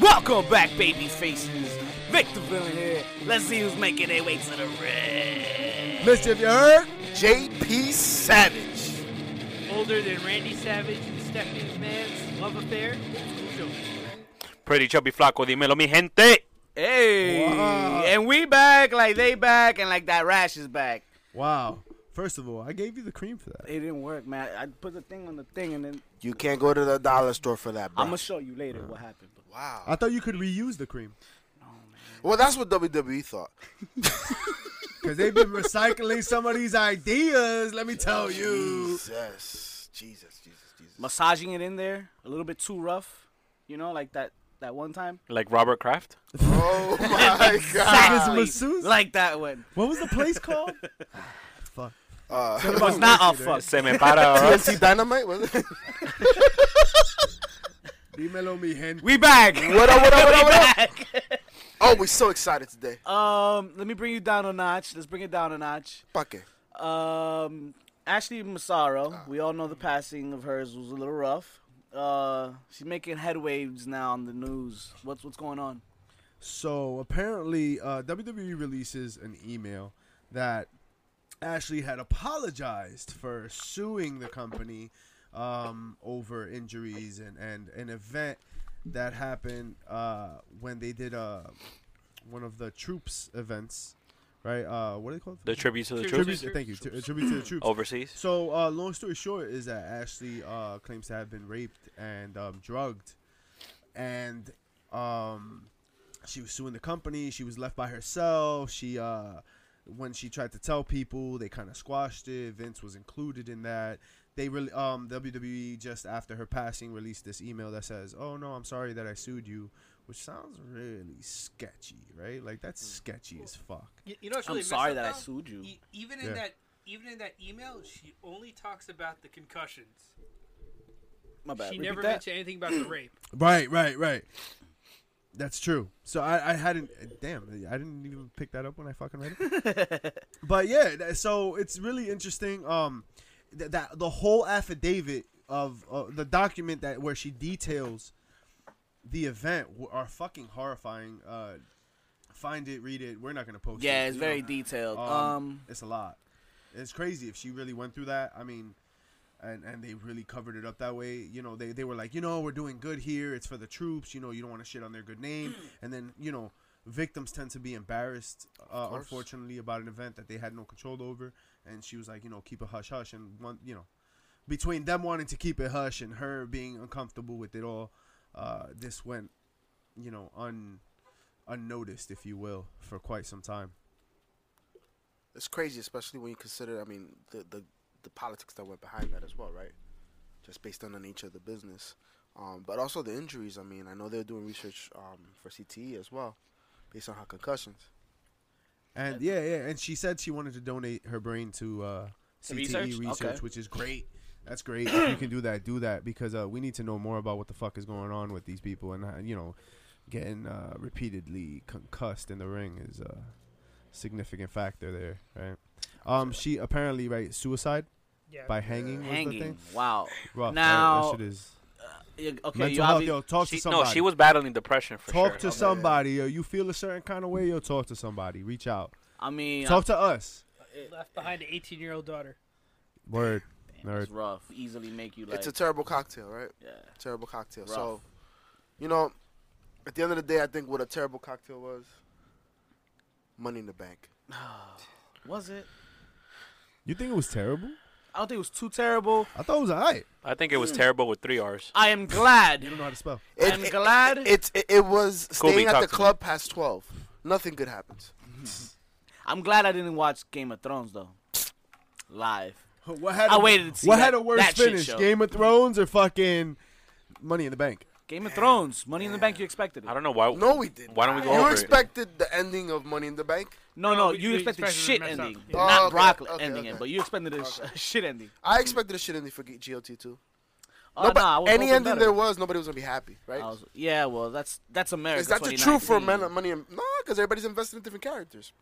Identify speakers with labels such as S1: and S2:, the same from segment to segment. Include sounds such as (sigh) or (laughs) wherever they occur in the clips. S1: Welcome back, baby faces. Victor Villain here. Let's see who's making their way to the ring.
S2: Mischief, you heard?
S3: JP Savage.
S4: Older than Randy Savage and Stephanie McMahon's love affair.
S5: Pretty chubby flaco, dímelo, mi gente.
S1: Hey, and we back like they back, and like that rash is back.
S2: Wow. First of all, I gave you the cream for that.
S1: It didn't work, man. I put the thing on the thing, and then
S3: You can't go to the dollar store for that, bro.
S1: I'm gonna show you later what happened. But
S3: wow.
S2: I thought you could reuse the cream
S3: Well, that's what WWE thought.
S2: because they've been recycling some of these ideas. Let me tell you.
S3: Jesus, Jesus, Jesus, Jesus.
S1: massaging it in there a little bit too rough, you know, like that that one time.
S5: Like Robert Kraft?
S3: Oh (laughs) my God.
S2: Miss masseuse?
S1: like that one.
S2: What was the place called? (sighs) Fuck.
S3: Uh,
S1: It was not a fuck.
S5: Se
S2: (laughs)
S5: me
S3: (laughs)
S5: para.
S3: TNT Dynamite. Was it?
S2: Dímelo, mi gente.
S1: We back.
S3: What up? What up? What up? What up?
S1: back.
S3: (laughs) Oh, we're so excited today.
S1: Um, let me bring you down a notch. Let's bring it down a notch.
S3: Fuck it.
S1: Um, Ashley Massaro,
S2: Ah.
S1: we all know the passing of hers was a little rough. Uh, she's making headwaves now on the news. What's what's going on?
S2: So apparently, uh, WWE releases an email that Ashley had apologized for suing the company um, over injuries and, and an event that happened uh, when they did uh, one of the troops events, right? Uh, what are they called?
S5: (laughs) The tribute to the
S4: Tribute.
S5: troops Oh,
S2: Tribute- Thank you. Tri- tribute to the troops.
S5: overseas.
S2: So, uh, long story short, is that Ashley uh, claims to have been raped and um, drugged, and um, she was suing the company. She was left by herself. She, uh, when she tried to tell people, they kind of squashed it. Vince was included in that. They really, um, WWE just after her passing released this email that says, "Oh no, I'm sorry that I sued you," which sounds really sketchy, right? Like that's sketchy as fuck.
S4: You, you know what's
S1: I'm
S4: really messed
S1: sorry
S4: up,
S1: that I
S4: though?
S1: sued you.
S4: E- even in
S2: Yeah.
S4: that, even in that email, she only talks about the concussions.
S1: My bad.
S4: She
S1: Repeat
S4: never
S1: that.
S4: mentioned anything
S1: (clears throat)
S4: about the rape.
S2: Right, right, right. That's true. So I, I hadn't. Damn, I didn't even pick that up when I fucking read it.
S1: (laughs)
S2: but yeah, tha- so it's really interesting. Um, th- that the whole affidavit of uh, the document that where she details the event w- are fucking horrifying. Uh, find it, read it. We're not gonna post.
S1: Yeah,
S2: it,
S1: it's
S2: you
S1: very
S2: know.
S1: detailed. Um,
S2: Um, it's a lot. It's crazy if she really went through that. I mean, and and they really covered it up that way. You know, they they were like, you know, we're doing good here. It's for the troops. You know, you don't want to shit on their good name. and then you know, victims tend to be embarrassed, uh,
S3: course.
S2: unfortunately, about an event that they had no control over. And she was like, you know, keep it hush hush. And one, you know, between them wanting to keep it hush and her being uncomfortable with it all, uh, this went, you know, un unnoticed, if you will, for quite some time.
S3: It's crazy, especially when you consider. I mean, the the the politics that went behind that as well, right? Just based on the nature of the business, um, but also the injuries. I mean, I know they're doing research um, for CTE as well, based on her concussions.
S2: And yeah, yeah, and she said she wanted to donate her brain to uh, CTE
S1: research?
S2: research,
S1: Okay.
S2: which is great. That's great. if you can do that, do that because uh, we need to know more about what the fuck is going on with these people, and uh, you know, getting uh, repeatedly concussed in the ring is a significant factor there, right? Um, she apparently right suicide
S4: Yeah.
S2: by hanging. Was The
S1: Uh, hanging.
S2: thing.
S1: Wow.
S2: Rough, right?
S1: Now-
S2: that shit is
S1: Yeah, okay, you
S2: mental health.
S1: obvi-
S2: Yo, talk
S5: She,
S2: to
S5: no,
S2: somebody.
S5: she was battling depression for
S2: talk
S5: sure.
S2: to somebody. Yo, you feel a certain kind of way. Yo, talk to somebody. Reach out.
S1: I mean,
S2: Talk to us.
S4: Left behind an 18-year-old daughter.
S2: Word.
S1: it's
S2: Nerd.
S1: rough. Easily make you like.
S3: it's a terrible cocktail, right?
S1: yeah.
S3: Terrible cocktail.
S1: Rough.
S3: So, you know, at the end of the day, I think what a terrible cocktail was. Money in the bank.
S1: Was it?
S2: You think it was terrible?
S1: I don't think it was too terrible.
S2: I thought it was alright.
S5: I think it was terrible with three R's.
S1: I am glad.
S2: (laughs) You don't know how to spell.
S3: It,
S1: I'm
S3: it-
S1: glad-
S3: It, it, it was
S5: Kobe,
S3: staying at
S5: talk
S3: the
S5: to me.
S3: club past 12. Nothing good happens.
S1: I'm glad I didn't watch Game of Thrones though. Live.
S2: What had
S1: I waited to see
S2: what
S1: that-
S2: had a worse
S1: that shit
S2: finish?
S1: show.
S2: Game of Thrones or fucking Money in the Bank?
S1: Game of Thrones, Money in the Bank. You expected it?
S5: I don't know why.
S3: No, we didn't.
S5: Why don't we go
S3: You
S5: over it?
S3: expected the ending of Money in the Bank?
S1: No,
S4: No,
S1: no,
S4: we-
S1: you
S4: we
S1: expected,
S4: expected it
S1: shit
S4: to mess
S1: ending,
S4: up.
S3: Yeah.
S1: not
S3: Oh, okay,
S1: Brock
S3: okay,
S1: ending
S3: okay.
S1: it, but you expected a sh- (laughs) shit ending.
S3: I expected a shit ending for G- GLT too.
S1: Oh,
S3: No, but
S1: nah, I was
S3: any
S1: hoping
S3: ending
S1: better.
S3: there was, nobody was gonna be happy, right?
S1: I was- yeah, well, that's that's America.
S3: Is that the truth for
S1: 2019,
S3: Men Money? In, no, because everybody's invested in different characters.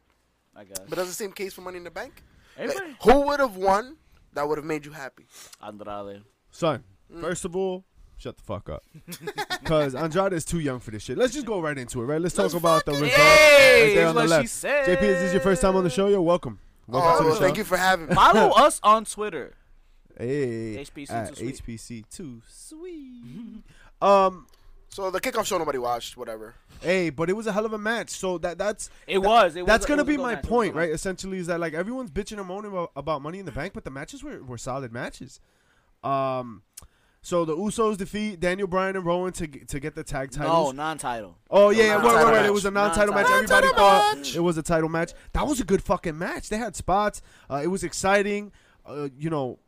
S1: I guess.
S3: But that's the same case for Money in the Bank. Like,
S1: Everybody-
S3: who would have won? That would have made you happy.
S1: Andrade.
S2: Son, first of all, Shut the fuck up. (laughs) Because Andrade is too young for this shit. Let's just go right into it, right? Let's, talk about the results.
S1: Hey,
S2: right there
S1: is
S2: on the
S1: what
S2: left.
S1: she said.
S2: JP, is this your first time on the show? You're welcome. Welcome to
S3: Oh,
S2: the show.
S3: thank you for having
S2: (laughs)
S3: me.
S1: Follow us on Twitter.
S2: Hey,
S1: HPC too
S2: at
S1: sweet.
S2: HPC too sweet. (laughs) um,
S3: So the kickoff show nobody watched, whatever.
S2: hey, but it was a hell of a match. So that that's
S1: It was. It was
S2: that's
S1: a- it
S2: gonna
S1: was a
S2: be
S1: good
S2: my
S1: match. It was a
S2: point,
S1: good
S2: right?
S1: match.
S2: Essentially, is that like everyone's bitching and moaning about, about Money in the Bank, but the matches were, were solid matches. Um, so the Usos defeat Daniel Bryan and Rowan to g- to get the tag titles.
S1: No, non-title.
S2: Oh yeah, yeah, wait,
S3: non-title
S2: wait, wait.
S3: match.
S2: It was a non-title match.
S1: Non-title
S2: Everybody thought it was a title match. That was a good fucking match. They had spots. Uh, it was exciting. Uh, you know,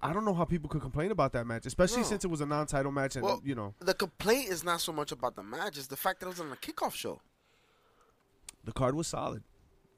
S2: I don't know how people could complain about that match, especially
S3: No.
S2: since it was a non-title match, and
S3: Well,
S2: you know
S3: the complaint is not so much about the match; it's the fact that it was on a kickoff show.
S2: the card was solid.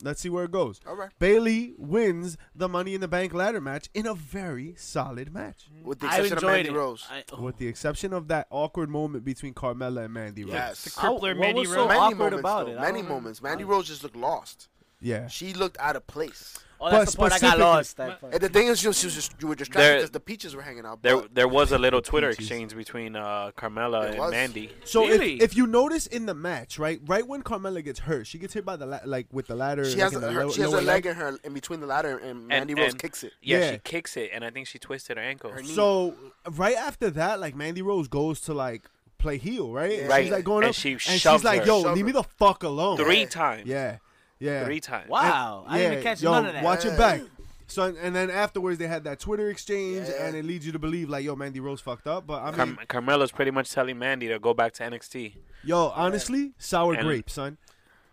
S2: Let's see where it goes.
S3: All right.
S2: Bailey wins the Money in the Bank ladder match in a very solid match,
S3: With the
S1: I
S3: exception of
S1: enjoyed
S3: Mandy
S1: it.
S3: Rose.
S1: I, oh.
S2: with the exception of that awkward moment between Carmella and Mandy Rose.
S3: yes.
S1: How-
S4: Crippler
S1: what
S4: Mandy
S1: was so
S4: Rose.
S3: Many
S1: awkward
S3: moments,
S1: about
S3: though.
S1: it? I
S3: Many
S1: don't know.
S3: moments. Mandy Rose just looked lost.
S2: Yeah.
S3: She looked out of place.
S1: Oh, that's
S2: But
S1: the part I got
S2: specifically-
S1: lost. That part.
S3: And the thing is, you, she was just, you were distracted
S5: There-
S3: because the peaches were hanging out.
S5: There,
S3: but
S5: there was a little Twitter
S2: Peaches.
S5: exchange between uh, Carmella
S3: There
S5: and
S3: was.
S5: Mandy.
S2: So
S1: Really?
S2: if, if you notice in the match, right, right when Carmella gets hurt, she gets hit by the la- like with the ladder.
S3: she
S2: like
S3: has,
S2: in
S3: a,
S2: the
S3: her,
S2: lo-
S3: she has a
S2: lower
S3: leg in her in between the ladder, and Mandy Rose
S5: and-
S3: kicks it.
S5: Yeah,
S2: Yeah.
S5: she kicks it, and I think she twisted her ankle.
S3: Her knee.
S2: So right after that, like Mandy Rose goes to like play heel, right? And
S3: Right.
S2: She's like going
S5: And
S2: up,
S5: she
S2: and
S5: shoved
S2: she's like,
S5: her.
S2: "Yo,
S3: Shoved
S2: leave
S3: her.
S2: me the fuck alone."
S5: Three times.
S2: Yeah, yeah.
S5: Three times.
S2: And-
S1: Wow, I didn't even catch
S2: yo,
S1: none of that.
S2: Watch it back. So and, and then afterwards they had that Twitter exchange,
S3: Yeah.
S2: and it leads you to believe like, "Yo, Mandy Rose fucked up." But I mean,
S5: Carm- Carmella's pretty much telling Mandy to go back to NXT.
S2: yo, honestly, sour
S5: And-
S2: grape, son.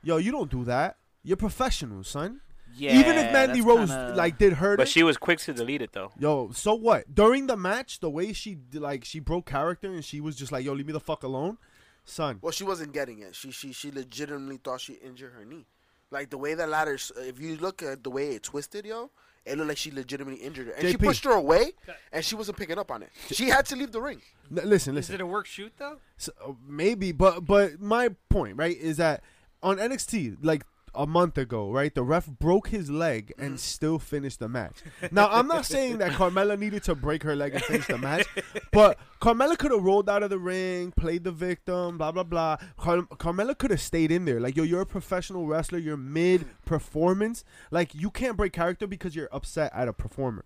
S2: Yo, you don't do that. You're professional, son.
S1: yeah,
S2: Even if Mandy
S1: that's
S2: Rose
S1: kinda-
S2: like did hurt,
S5: But
S2: her-
S5: she was quick to delete it, though.
S2: Yo, so what? During the match, the way she d- like she broke character and she was just like, "Yo, leave me the fuck alone, son."
S3: Well, she wasn't getting it. She she she legitimately thought she injured her knee. Like the way that ladder, s- if you look at the way it twisted, yo, it looked like she legitimately injured her. And she
S2: JP.
S3: pushed her away, and she wasn't picking up on it. She had to leave the ring.
S2: N- listen,
S4: Is
S2: listen.
S4: it a work shoot though?
S2: So, uh, maybe, but but my point right is that on NXT like. A month ago, right? The ref broke his leg and still finished the match. Now, I'm not saying that Carmella needed to break her leg and finish the match, but Carmella could have rolled out of the ring, played the victim, blah blah blah. Car- Carmella could have stayed in there. Like, yo, you're a professional wrestler. You're mid performance. Like, you can't break character because you're upset at a performer.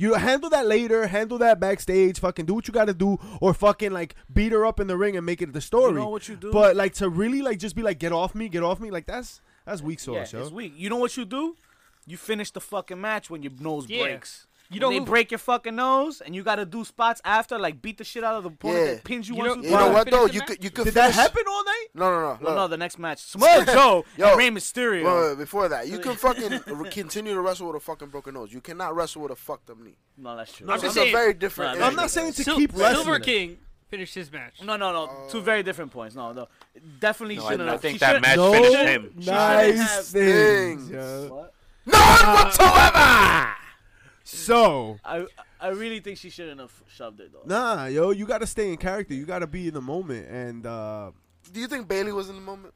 S2: You handle that later. Handle that backstage. Fucking do what you got to do, or fucking like beat her up in the ring and make it the story.
S1: what you do?
S2: But like to really like just be like, get off me, get off me. Like that's that's weak
S1: yeah,
S2: sauce,
S1: it's
S2: yo.
S1: weak. You know what you do? You finish the fucking match when your nose
S4: Yeah.
S1: breaks.
S4: You
S1: You
S4: know
S1: know they
S4: who-
S1: break your fucking nose, and you gotta do spots after, like beat the shit out of the opponent
S3: Yeah.
S1: that pins you,
S4: You
S1: once.
S4: know-
S1: or
S3: You
S1: twice.
S3: know what
S4: finish
S3: though?
S4: the
S3: You
S4: match?
S3: could you could
S2: Did that
S3: finish-
S2: happen all night?
S3: No, no, no,
S1: Well,
S3: no.
S1: no, the next match,
S3: (laughs)
S1: Smojo
S3: Yo.
S1: and Rey Mysterio.
S3: Wait, wait, wait, before that, you can fucking re- continue to wrestle with a fucking broken nose. You cannot wrestle with a fucked up knee.
S1: No, that's true.
S4: I'm
S3: It's
S4: just
S3: a
S4: saying-
S3: very different.
S1: No,
S2: I'm
S1: I'm
S2: not
S3: issue.
S2: saying to
S4: Sil-
S2: keep wrestling.
S4: Silver
S2: it.
S4: King finished his match.
S1: No, no, no.
S3: Oh.
S1: Two very different points. No, no. Definitely
S5: No, I-
S1: shouldn't.
S5: I
S1: have-
S5: think
S1: she
S5: that
S1: shouldn't-
S5: match
S2: No
S5: finished him. She
S1: have
S2: nice things.
S3: things. (laughs)
S2: yo.
S1: What?
S3: None whatsoever.
S2: So
S1: I I really think she shouldn't have shoved it though.
S2: nah, yo, you gotta stay in character. You gotta be in the moment, and uh
S3: Do you think Bailey was in the moment?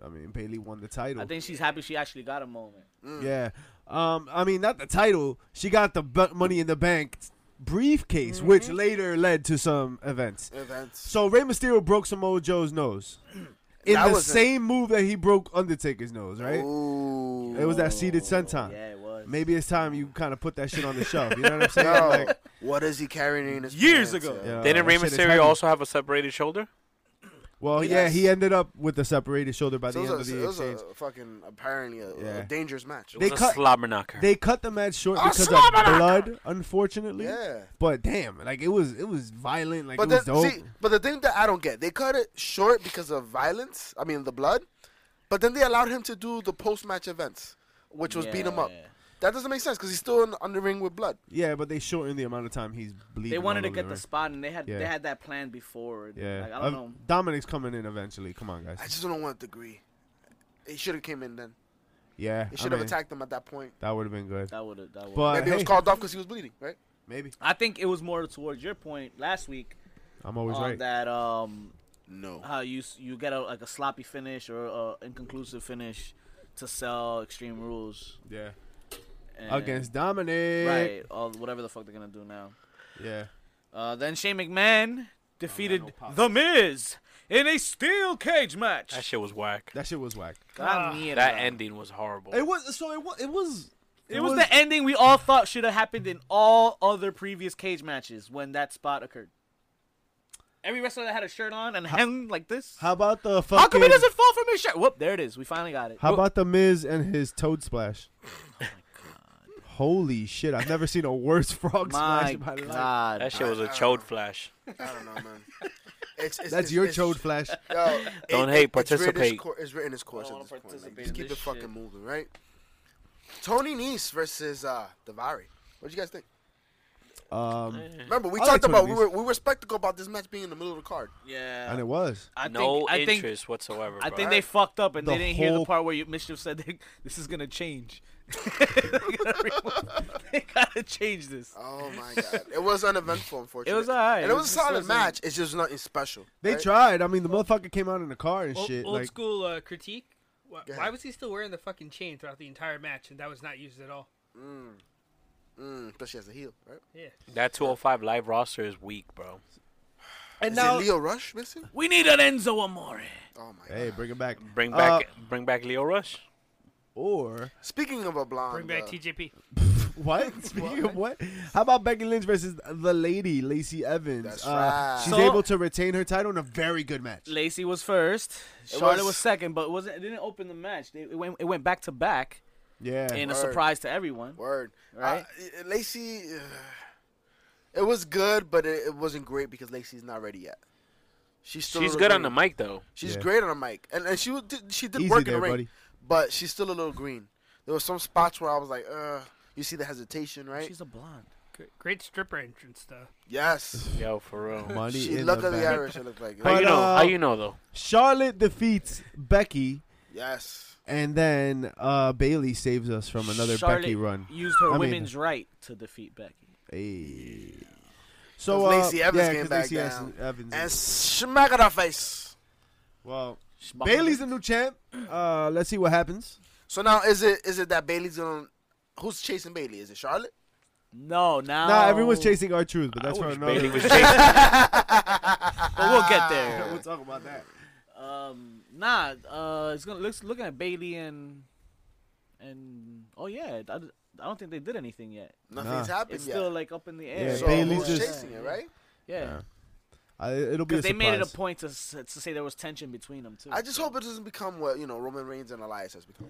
S2: I mean, Bailey won the title.
S1: I think she's happy she actually got a moment.
S2: Yeah. Um, I mean, not the title. She got the bu- money in the bank briefcase, which later led to some events.
S3: Events.
S2: So Rey Mysterio broke Samoa Joe's nose in
S3: That
S2: the
S3: was a-
S2: same move that he broke Undertaker's nose. Right?
S3: Ooh.
S2: It was that seated senton.
S1: Yeah, it was.
S2: Maybe it's time you kind of put that shit on the shelf. You know
S3: (laughs)
S2: what I'm saying?
S3: Yo,
S2: Like,
S3: what is he carrying in his
S1: Years
S3: pants,
S1: ago.
S3: yo?
S2: yeah,
S5: Didn't Rey
S2: Uh, that shit is
S5: Mysterio
S2: heavy.
S5: also have a separated shoulder?
S2: Well, yeah,
S3: Yes.
S2: he ended up with a separated shoulder by the
S3: So it
S2: end
S3: was,
S2: of
S3: a,
S2: the
S3: it was a
S2: exchange.
S3: fucking apparently a, a
S2: Yeah.
S3: dangerous match.
S5: It
S2: They
S5: was a
S2: cut-
S5: slobber knocker.
S2: They cut the match short
S3: A
S2: because of
S3: slobber-knocker.
S2: blood, unfortunately.
S3: yeah,
S2: But damn, like it was, it was violent. Like
S3: but
S2: it was
S3: the,
S2: dope.
S3: see, but the thing that I don't get, they cut it short because of violence. I mean, the blood. But then they allowed him to do the post-match events, which was beat him up.
S1: Yeah.
S3: That doesn't make sense because he's still in, on the ring with blood.
S2: Yeah, but they shortened the amount of time he's bleeding.
S1: They wanted to
S2: all over
S1: get the
S2: ring.
S1: spot, and they had
S2: Yeah.
S1: they had that plan before.
S2: Yeah,
S1: like, I don't
S2: Uh,
S1: know.
S2: Dominic's coming in eventually. Come on, guys.
S3: I just don't want the degree. He should have came in then.
S2: yeah, I
S3: He should have
S2: mean,
S3: attacked him at that point.
S2: That would have been good.
S1: That would have. That would.
S2: But
S3: Maybe it was
S2: hey,
S3: called off because he was bleeding, right?
S2: maybe
S1: I think it was more towards your point last week
S2: I'm always
S1: on
S2: right.
S1: that um
S3: No.
S1: how you s- you get a, like a sloppy finish or a inconclusive finish to sell Extreme Rules
S2: Yeah,
S1: and,
S2: against Dominic.
S1: right all whatever the fuck they're gonna do now.
S2: Yeah.
S1: Uh, then Shane McMahon defeated
S2: no pop.
S1: The Miz in a steel cage match.
S5: That shit was whack.
S2: That shit was whack.
S1: God, mierda.
S5: That ending was horrible.
S2: It was so it was it was
S1: It was the ending we all thought should have happened in all other previous cage matches when that spot occurred. Every wrestler that had a shirt on and hung like this. How,
S2: How about the fucking?
S1: come he doesn't fall from his shirt? Whoop, there it is. We finally got it.
S2: How about the Miz and his Toad
S1: (laughs)
S2: Splash?
S1: Oh
S2: Holy shit! I've never seen a worse (laughs) frog splash
S1: my
S2: in my life.
S1: God.
S5: that shit was a chode flash.
S3: I don't
S2: (laughs)
S3: know, man. It's, it's,
S2: That's
S3: it's,
S2: your
S3: it's,
S2: Toad Flash.
S3: Yo,
S5: Don't hate,
S3: it- it- it's written its
S5: participate.
S3: cour- It's written its course
S1: wanna
S3: at this point. Like,
S1: participate
S3: just
S1: in
S3: keep it
S1: this
S3: fucking
S1: shit.
S3: moving, right? Tony Nese versus uh, Davari. What you guys think?
S2: Um,
S1: (laughs)
S3: Remember, we
S2: I like
S3: talked
S2: Tony
S3: about we
S2: Nese.
S3: were we were skeptical about this match being in the middle of the card.
S1: Yeah.
S2: and it was.
S1: I think,
S5: No
S1: I think,
S5: interest whatsoever.
S1: I
S5: bro.
S1: think they fucked up and
S2: The
S1: they didn't hear the
S2: whole-
S1: part where you, Mischief said (laughs) they, this is going to change. (laughs) they (laughs) got to change this.
S3: Oh my god, it was uneventful, unfortunately.
S1: It was alright.
S3: And it
S1: It
S3: was a
S1: was
S3: solid
S1: just-
S3: match. It's just nothing special.
S2: They
S3: right?
S2: tried. I mean, the motherfucker came out in a car and
S1: Oh,
S4: Old,
S2: shit.
S4: old
S2: Like,
S4: school uh, critique. Why,
S3: Go
S4: why
S3: ahead.
S4: was he still wearing the fucking chain throughout the entire match, and that was not used at all?
S3: Mm, especially as a heel, right?
S4: Yeah.
S5: that 205 live roster is weak, bro.
S4: And
S3: Is
S4: now
S3: it Leo Rush missing?
S1: We need an Enzo Amore.
S3: Oh my
S2: hey,
S3: god.
S2: bring it back.
S5: Bring
S2: Uh,
S5: back, bring back Leo Rush.
S3: (laughs)
S2: or
S3: Speaking of a blonde,
S4: bring back
S3: uh,
S4: TJP.
S2: what? Speaking of what, how about Becky Lynch versus the lady Lacey Evans?
S3: That's
S2: uh,
S3: right.
S2: She's
S1: So-
S2: able to retain her title in a very good match.
S1: Lacey was first. Charlotte was,
S3: was-
S1: second, but it wasn't it didn't open the match. They, it went it went back to back
S2: Yeah,
S1: in a
S3: Word.
S1: surprise to everyone.
S3: Word.
S1: Right?
S3: Uh, Lacey, uh, it was good, but it, it wasn't great because Lacey's not ready yet. She's still a
S5: She's
S3: little
S5: good on the
S3: green.
S5: mic though.
S3: She's
S2: Yeah.
S3: great on the mic, and and she wa- did, she did
S2: Easy
S3: work in
S2: there,
S3: the ring,
S2: buddy.
S3: but she's still a little green. There were some spots where I was like, uh, you see the hesitation, right?
S1: She's a blonde.
S4: Gr- Great stripper entrance though.
S2: (sighs)
S3: yes.
S5: Yo, for real.
S2: money
S3: She
S2: in
S3: looked
S2: the
S3: at the
S2: bank.
S3: Irish. It looked like
S5: How
S2: But,
S5: you know?
S2: uh,
S5: How you know though?
S2: Charlotte defeats Becky,
S3: yes.
S2: and then uh, Bailey saves us from another
S1: Charlotte
S2: Becky run.
S1: Used her
S2: I mean-
S1: women's right to defeat Becky.
S2: Hey. So
S3: 'Cause
S2: uh,
S3: Lacey Evans
S2: yeah,
S3: came
S2: 'cause
S3: back
S2: Lacey
S3: down.
S2: Evans.
S3: And smack at her face.
S2: well,
S1: Schmuck.
S2: Bailey's the new champ. Uh, let's see what happens.
S3: So now is it is it that Bailey's gonna? Who's chasing Bailey? Is it Charlotte?
S1: no now.
S2: Nah, everyone's chasing our truth, but that's
S5: I
S2: for
S5: wish
S2: another.
S5: Bailey (laughs) was chasing.
S1: But we'll get there.
S2: (laughs) we'll talk about that.
S1: um, nah, uh, it's gonna looks looking at Bailey and and oh yeah, I, I don't think they did anything yet.
S3: Nothing's happened
S1: It's
S3: yet.
S1: still like up in the air.
S2: Yeah,
S3: so
S2: Bailey's
S3: who's
S2: just-
S3: chasing it, right?
S1: Yeah,
S2: I, it'll be a
S1: because they made it a
S2: surprise.
S1: point to s- to say there was tension between them too.
S3: I just hope it doesn't become what you know Roman Reigns and Elias has become.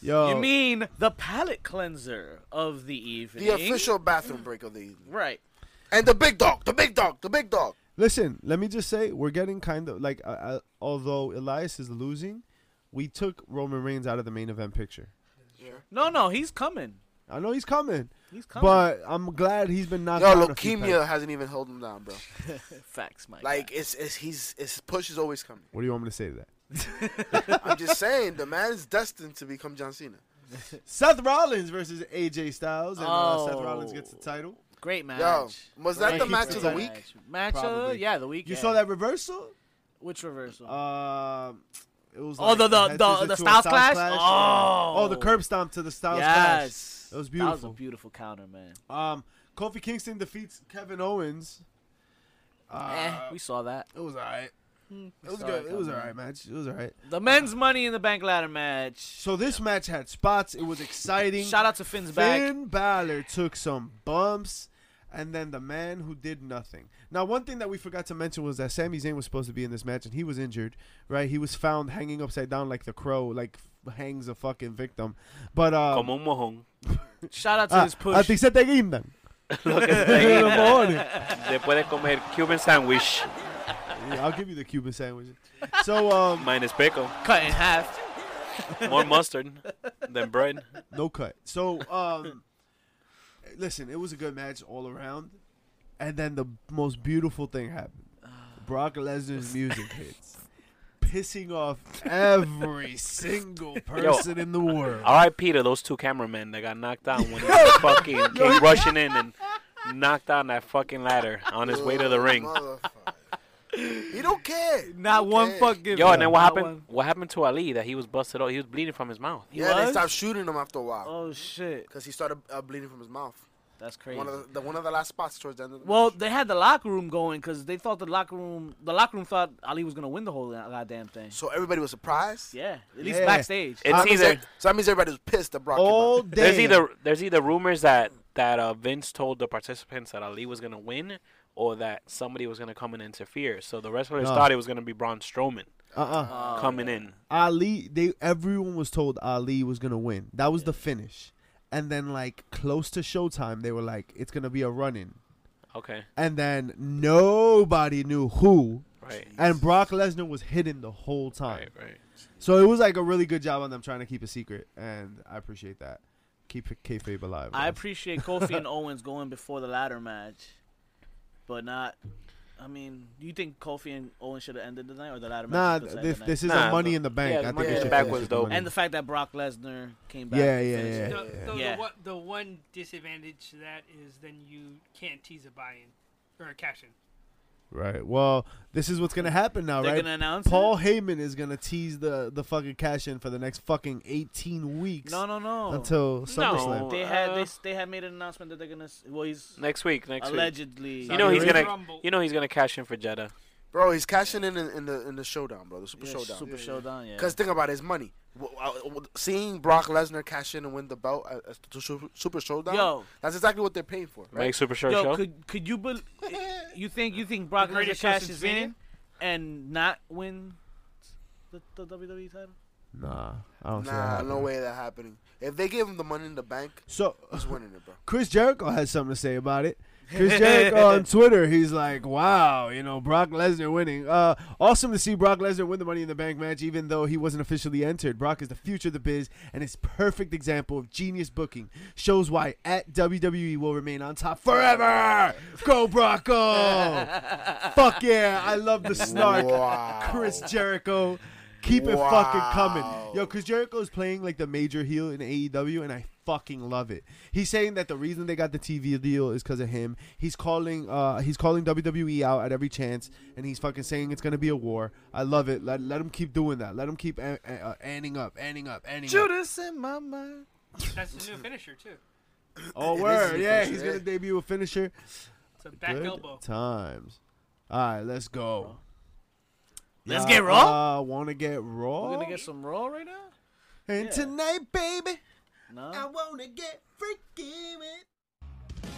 S2: Yo,
S1: You
S3: Oh.
S1: mean the palate cleanser of the evening?
S3: The official bathroom break of the evening.
S1: Right.
S3: And the big dog, the big dog, the big dog.
S2: Listen, let me just say we're getting kind of like uh, uh, although Elias is losing, we took Roman Reigns out of the main event picture.
S1: No, no, he's coming.
S2: I know he's coming,
S1: He's coming.
S2: but I'm glad he's been knocked
S3: Yo,
S2: out. a few times.
S3: leukemia hasn't even held him down, bro.
S1: facts, Mike.
S3: Like it's it's he's his push is always coming.
S2: What do you want me to say to that?
S1: (laughs)
S3: I'm just saying the man is destined to become John Cena.
S2: Seth Rollins versus AJ Styles, and uh, Seth
S1: Oh.
S2: Rollins gets the title.
S1: great match.
S3: Yo, was that
S2: Right,
S3: the
S2: he
S3: match
S2: put
S3: of the
S2: that-
S3: week?
S1: Match of
S2: Probably.
S1: yeah, the week.
S2: You
S1: yeah.
S2: saw that reversal?
S1: Which reversal?
S2: Um, it was.
S1: Oh, the-
S2: like
S1: the-
S2: head
S1: the-
S2: scissors
S1: the
S2: to a
S1: Styles Clash?
S2: yeah.
S1: Oh.
S2: oh, the curb stomp to the Styles Clash.
S1: yes,
S2: That was
S1: That
S2: beautiful.
S1: was a beautiful counter, man.
S2: Um, Kofi Kingston defeats Kevin Owens. Uh,
S1: eh, we saw that. Hmm,
S2: It was alright. It was
S1: saw
S2: good.
S1: it
S2: It was
S1: coming.
S2: alright match. It was alright.
S1: The men's Money in the Bank ladder match.
S2: So this match had spots. It was exciting.
S1: Shout out to Finn's back.
S2: Finn Balor took some bumps, and then the man who did nothing. Now, one thing that we forgot to mention was that Sami Zayn was supposed to be in this match, and he was injured. Right? He was found hanging upside down like the crow, like f- hangs a fucking victim. But um,
S5: Como un (laughs) mojón.
S1: Shout out to
S2: ah,
S1: his push.
S2: a ti se
S1: (laughs)
S2: te guindan.
S5: Lo que se
S2: Hey,
S5: diga.
S2: the morning.
S5: Después de comer Cuban sandwich
S2: Yeah, I'll give you the Cuban sandwich. So um,
S5: minus pickle,
S1: Cut in half.
S5: more mustard than bread.
S2: No cut. So, um, listen, it was a good match all around, and then the most beautiful thing happened: Brock Lesnar's music hits, pissing off every single person in the world.
S5: R.I.P. to those two cameramen that got knocked down when he fucking came rushing in and knocked down that fucking ladder on his way to the ring.
S3: Oh, Motherfucker. he don't care. He
S1: Not
S3: don't
S1: one
S3: care.
S1: fuck (laughs) given.
S5: Yo, and then what
S1: Not
S5: happened?
S1: one.
S5: What happened to Ali? That he was busted out. He was bleeding from his mouth.
S1: He
S3: Yeah, they
S1: was?
S3: stopped shooting him after a while
S1: Oh shit.
S3: because he started uh, bleeding from his mouth.
S1: That's crazy.
S3: One of the, the one of the last spots towards the end of the
S1: Well,
S3: match.
S1: they had the locker room going because they thought the locker room, the locker room thought Ali was gonna win the whole goddamn thing.
S3: so everybody was surprised.
S1: Yeah, at least
S2: Yeah.
S1: backstage.
S5: It's
S3: that means
S5: either-
S3: that- so that means everybody was pissed that Brock. came
S2: All
S3: out.
S2: day.
S5: There's either there's either rumors that that uh, Vince told the participants that Ali was gonna win, or that somebody was gonna come and interfere. So the wrestlers
S2: No.
S5: thought it was gonna be Braun Strowman
S2: uh-uh.
S1: Oh,
S5: coming
S1: yeah.
S5: in.
S2: Ali, they everyone was told Ali was gonna win. That was the finish, and then like close to showtime, they were like, "It's gonna be a run-in,"
S5: Okay,
S2: and then nobody knew who.
S5: right,
S2: And Brock Lesnar was hidden the whole time,
S5: right, right.
S2: so it was like a really good job on them trying to keep a secret, and I appreciate that. Keep it kayfabe alive.
S1: I
S2: man.
S1: appreciate Kofi and Owens going before the ladder match, but not. I mean, do you think Kofi and Owens should have ended the night or the ladder
S2: nah,
S1: match? was gonna
S2: this
S1: end the night?
S2: this is
S5: Nah,
S2: a Money
S5: but-
S2: in the Bank.
S5: yeah,
S2: I think
S5: Money
S2: it
S3: in the
S2: should
S3: Bank
S2: finish
S5: was
S2: with
S5: dope.
S2: Money.
S1: and the fact that Brock Lesnar came back.
S2: yeah,
S1: to
S2: yeah,
S1: finish
S2: yeah,
S1: it.
S4: The,
S2: yeah.
S4: the,
S1: Yeah.
S4: The, one, the one disadvantage to that is then you can't tease a buy-in or a cash-in.
S2: Right. Well, this is what's gonna happen now,
S1: They're
S2: right?
S1: gonna announce it?
S2: Paul Heyman is gonna tease the the fucking cash in for the next fucking eighteen weeks
S1: No, no, no.
S2: until SummerSlam.
S1: they had they,
S5: Uh,
S1: s- they had made an announcement that they're gonna. s- Well, he's
S5: Next week, next week.
S1: allegedly.
S5: You know he's
S4: Saudi
S5: gonna
S4: Rumble.
S5: you know he's gonna cash in for Jeddah.
S3: bro, he's cashing in, in in the in the showdown, bro. The super
S1: Yeah,
S3: showdown.
S1: Super showdown. Yeah.
S3: Because think about it, it's money. W- w- w- Seeing Brock Lesnar cash in and win the belt at, at the Su- Super Showdown,
S1: Yo.
S3: that's exactly what they're paying for, right?
S5: Make Super Show
S1: Yo,
S5: Show.
S1: could could you bel you think you think Brock
S4: The
S1: Lesnar
S4: greatest show since
S1: cashes
S4: Mania?
S1: in and not win the, the WWE title?
S2: Nah, I don't see Oh, that
S3: Nah, no
S2: happening.
S3: way that happening. If they give him the money in the bank,
S2: So
S3: he's winning it, bro.
S2: Chris Jericho has something to say about it. Chris Jericho on Twitter, he's like, "Wow, you know, Brock Lesnar winning. Uh, awesome to see Brock Lesnar win the Money in the Bank match, even though he wasn't officially entered. Brock is the future of the biz, and it's perfect example of genius booking. Shows why at WWE will remain on top forever. Go Brocko! Fuck yeah! I love the snark.
S3: Wow.
S2: Chris Jericho, keep it fucking coming. Yo, Chris Jericho is playing like the major heel in AEW, and I fucking love it. He's saying that the reason they got the TV deal is because of him. He's calling, uh, he's calling WWE out at every chance, and he's fucking saying it's gonna be a war. I love it. Let, let him keep doing that. Let him keep a- a- uh, anting up, anting up, anting
S1: Judas in my mind.
S4: That's the new finisher, too.
S2: up. Oh
S3: It is
S2: word,
S3: a
S2: yeah,
S3: finisher,
S2: he's
S3: yeah.
S2: gonna debut a finisher.
S4: It's a back
S2: Good
S4: elbow.
S2: times. All right, let's go.
S1: Let's get raw?
S2: Uh, wanna get raw?
S1: We're gonna get some Raw right now.
S2: and
S1: yeah.
S2: tonight, baby, I
S1: No.
S2: wanna get freaky with.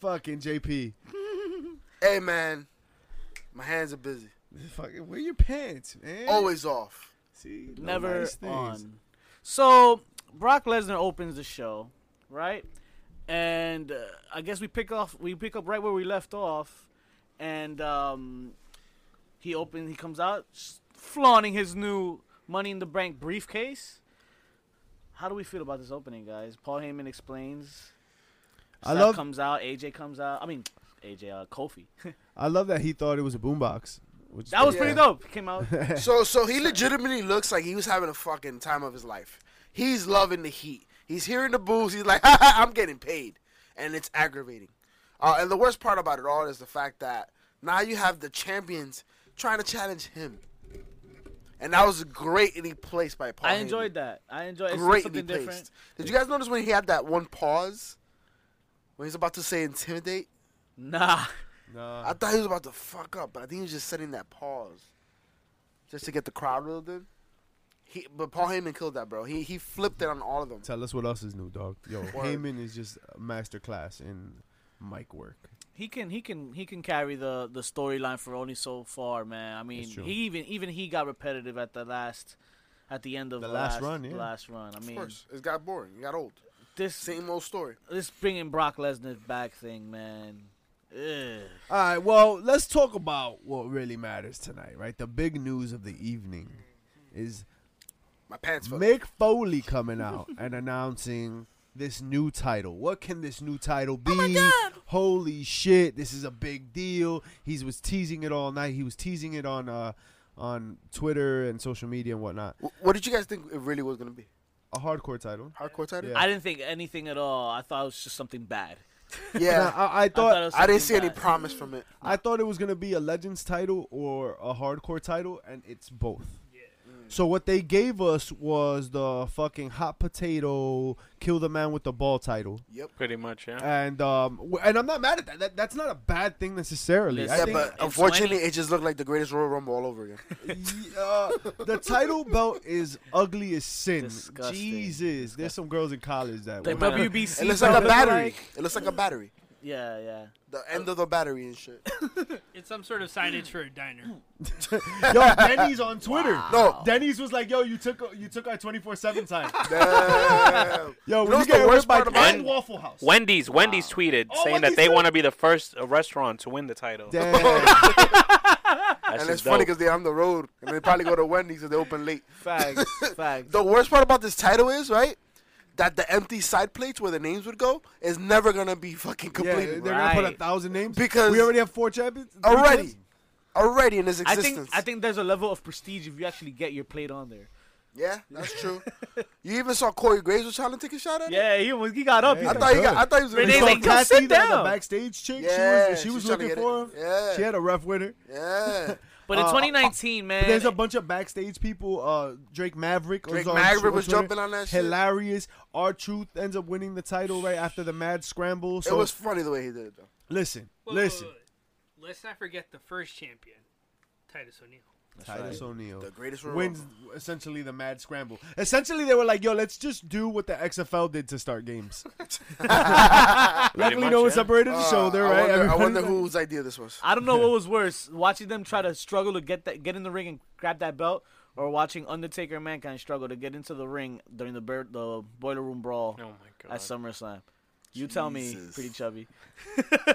S2: Fucking JP.
S3: Hey, man, my hands are busy.
S2: Fucking wear your pants, man.
S3: Always off.
S2: See, no
S1: Never
S2: nice things.
S1: on. So Brock Lesnar opens the show, right? And uh, I guess we pick off we pick up right where we left off, and um, he opens he comes out s- flaunting his new Money in the Bank briefcase. How do we feel about this opening, guys? Paul Heyman explains.
S2: I
S1: Seth
S2: love-
S1: comes out. AJ comes out. I mean, AJ uh, Kofi. (laughs)
S2: I love that he thought it was a boombox. which is
S1: that was
S2: pretty-
S1: pretty
S3: Yeah.
S1: dope. He came
S2: (laughs)
S1: out.
S3: So, so he legitimately looks like he was having a fucking time of his life. He's loving the heat. He's hearing the boos. He's like, (laughs) "Ha, ha, I'm getting paid, and it's aggravating. Uh, and the worst part about it all is the fact that now you have the champions trying to challenge him, and that was greatly placed by Paul.
S1: I
S3: Heyman.
S1: enjoyed that. I enjoyed it's
S3: Greatly
S1: something
S3: placed.
S1: different.
S3: Did you guys notice when he had that one pause when he's about to say intimidate?
S1: Nah.
S2: Nah.
S3: I thought he was about to fuck up, but I think he was just setting that pause, just to get the crowd reeled in. He, but Paul Heyman killed that, bro. He he flipped it on all of them.
S2: Tell us what else is new, dog. Yo,
S3: Word.
S2: Heyman is just a master class in mic work.
S1: he can he can he can carry the the storyline for only so far, man. I mean,
S2: true.
S1: he even even he got repetitive at the last at the end of
S2: The last run, yeah.
S1: last run. I
S3: Of
S1: mean,
S3: course, it got boring. It got old.
S1: this
S3: Same old story.
S1: this bringing Brock Lesnar back thing, man. Ugh.
S2: All right, well, let's talk about what really matters tonight, right? The big news of the evening is
S3: My pants fell.
S2: Mick Foley coming out (laughs) and announcing this new title. What can this new title be? Holy shit, this is a big deal. He was teasing it all night. He was teasing it on uh on Twitter and social media and whatnot.
S3: Wh- What did you guys think it really was gonna be?
S2: A hardcore title.
S3: Hardcore title.
S2: Yeah.
S1: I didn't think anything at all. I thought it was just something bad.
S2: And I,
S3: Yeah,
S2: I, I
S1: thought
S2: thought
S1: it was
S3: I didn't see
S1: something
S3: any
S1: bad.
S3: promise from it.
S2: I thought it was gonna be a Legends title or a Hardcore title, and it's both.
S4: Yeah.
S2: So what they gave us was the fucking hot potato kill the man with the ball title,
S3: Yep.
S5: Pretty much, yeah.
S2: and um, w- and I'm not mad at that. that that's not a bad thing necessarily. I
S3: Yeah,
S2: think
S3: but
S1: it's
S3: unfortunately,
S1: funny.
S3: it just looked like the greatest Royal Rumble all over again.
S2: uh, the title belt is ugly as sin.
S1: Disgusting.
S2: Jesus, there's some girls in college that
S1: The
S2: way.
S5: They- man.
S1: WBC.
S3: It looks like a
S1: look
S3: battery.
S1: like-
S3: It looks like a battery.
S1: Yeah, yeah.
S3: The end of the battery and shit.
S4: It's some sort of signage for a diner.
S3: (laughs)
S2: yo, Denny's on Twitter.
S3: No.
S2: Denny's was like, "Yo, you took you took our 24/7 time."
S3: (laughs) Damn.
S2: Yo, we
S3: know what's
S2: get
S3: the
S2: ripped
S3: worst
S2: by
S3: part about
S2: and
S5: it?
S2: Waffle House.
S5: Wendy's. Wendy's tweeted
S2: Oh,
S5: saying
S2: Wendy's
S5: that they
S2: did?
S5: want to be the first uh, restaurant to win the title.
S3: (laughs)
S2: Damn.
S5: That's
S3: and
S5: just
S3: it's
S5: dope.
S3: funny because they're on the road and they probably go to Wendy's and they open late. (laughs)
S1: Facts. Facts.
S3: The worst part about this title is right that the empty side plates where the names would go is never gonna be fucking
S2: Yeah,
S3: completed.
S2: they're
S1: Right.
S2: gonna put a thousand names
S3: Because-
S2: we already have four champions. three
S3: already,
S2: champions.
S3: already in its
S1: I
S3: existence.
S1: think I think there's a level of prestige if you actually get your plate on there.
S3: Yeah, that's true. (laughs) you even saw Corey Graves was trying to take a shot at it.
S1: Yeah, he was. He got up.
S2: Hey.
S1: he
S3: I
S1: was-
S2: Yeah,
S3: thought he
S2: good.
S3: got. I thought he was. gonna
S1: Renee
S3: be
S1: like,
S3: something.
S1: "Yo,
S2: Cassie,
S1: sit
S2: the-
S1: down."
S2: The backstage chick.
S3: Yeah,
S2: she was, she
S3: she's
S2: was
S3: trying to
S2: looking
S3: get
S2: for him.
S3: it. Yeah.
S2: She had a rough winner.
S3: (laughs) Yeah.
S1: but in
S2: Uh,
S1: 2019, man,
S2: There's a bunch of backstage people. Uh, Drake Maverick.
S3: Drake
S2: on
S3: Maverick
S2: Twitter.
S3: was jumping on that shit.
S2: Hilarious. Our Truth ends up winning the title right after the mad scramble. So
S3: it was funny the way he did it though.
S2: listen,
S4: Whoa, whoa,
S2: listen.
S4: whoa. Let's not forget the first champion, Titus O'Neil.
S2: Titus O'Neil
S3: The greatest Royal
S2: wins
S3: Rumble.
S2: essentially the mad scramble. Essentially, they were like, "Yo, let's just do what the XFL did to start
S3: (laughs)
S2: games." (laughs)
S5: Pretty
S2: Luckily,
S5: much,
S2: no one
S5: yeah.
S2: separated the
S3: Uh,
S2: shoulder,
S3: I
S2: right?
S3: wonder, I
S2: Everybody's
S3: wonder
S2: like-
S3: whose idea this was.
S1: I don't know what was worse: watching them try to struggle to get that, get in the ring and grab that belt, or watching Undertaker and Mankind struggle to get into the ring during the bur- the boiler room brawl
S5: Oh my god.
S1: at SummerSlam. You tell me,
S3: Jesus.
S1: pretty chubby. (laughs)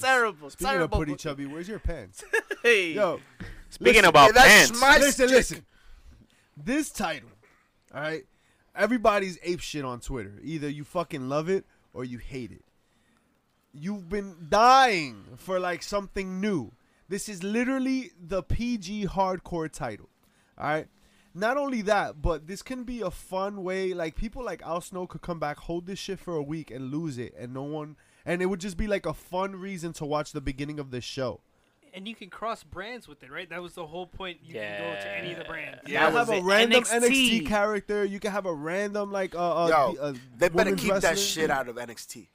S1: terrible,
S2: Speaking
S1: terrible.
S2: of pretty chubby, where's your pants?
S1: hey,
S2: Yo,
S5: Speaking
S2: listen,
S1: Uh,
S5: about
S3: Yeah, that's
S5: pants,
S3: my
S2: listen,
S3: stick.
S2: listen. This title, all right. Everybody's ape shit on Twitter. Either you fucking love it or you hate it. You've been dying for like something new. This is literally the PG hardcore title. All right. Not only that, but this can be a fun way. Like people like Al Snow could come back, hold this shit for a week, and lose it, and no one, and it would just be like a fun reason to watch the beginning of the show.
S4: And you can cross brands with it, right? That was the whole point. You can go to any of the brands.
S5: Yeah.
S2: You can
S1: That
S2: have
S1: was
S2: a
S1: it.
S2: random
S1: NXT.
S2: NXT. character. You can have a random like uh, uh
S3: Yo,
S2: the- uh,
S3: they better
S2: women's
S3: keep
S2: wrestler.
S3: that shit out
S2: (laughs)
S3: of NXT.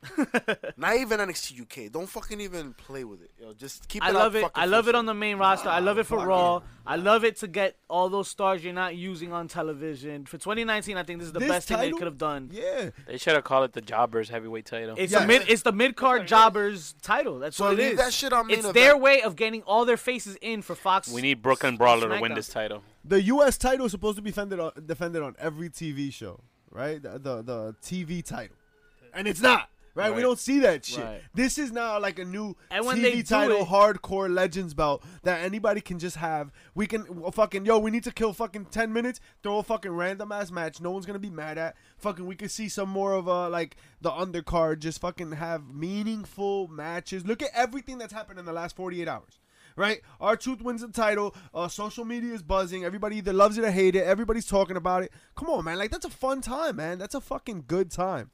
S3: Not even NXT UK. Don't fucking even play with it. Yo, just keep.
S1: I
S3: it
S1: love
S3: out
S1: it.
S3: fucking
S1: I love it
S3: full
S1: on the main roster. I love it for Raw. I love it to get all those stars you're not using on television. For 2019, I think this is the
S2: This
S1: best thing they
S2: title?
S1: could have done.
S2: Yeah,
S5: they should have called it the Jobbers Heavyweight Title.
S1: It's
S2: Yeah.
S1: a mid. It's the mid card
S4: That's what it
S1: jobbers title. That's
S3: So
S1: what it
S3: leave
S1: is.
S3: that shit on main
S1: it's
S3: event.
S1: their way of getting all their faces in for Fox.
S5: we need Brooklyn Brawler to win
S1: Smackdown.
S5: this title.
S2: the U.S. title is supposed to be defended on, defended on every TV show, right? The the, the TV title, and it's not. Right? we
S5: Right.
S2: don't see that shit.
S1: Right.
S2: This is now like a new
S1: And when they do
S2: TV title
S1: it-
S2: hardcore legends belt that anybody can just have. We can well, fucking yo, we need to kill fucking ten minutes. Throw a fucking random ass match. No one's gonna be mad at. Fucking, we could see some more of uh like the undercard. Just fucking have meaningful matches. Look at everything that's happened in the last forty eight hours. Right, our truth wins the title. Uh, social media is buzzing. Everybody either loves it or hate it. Everybody's talking about it. Come on, man! Like that's a fun time, man. That's a fucking good time.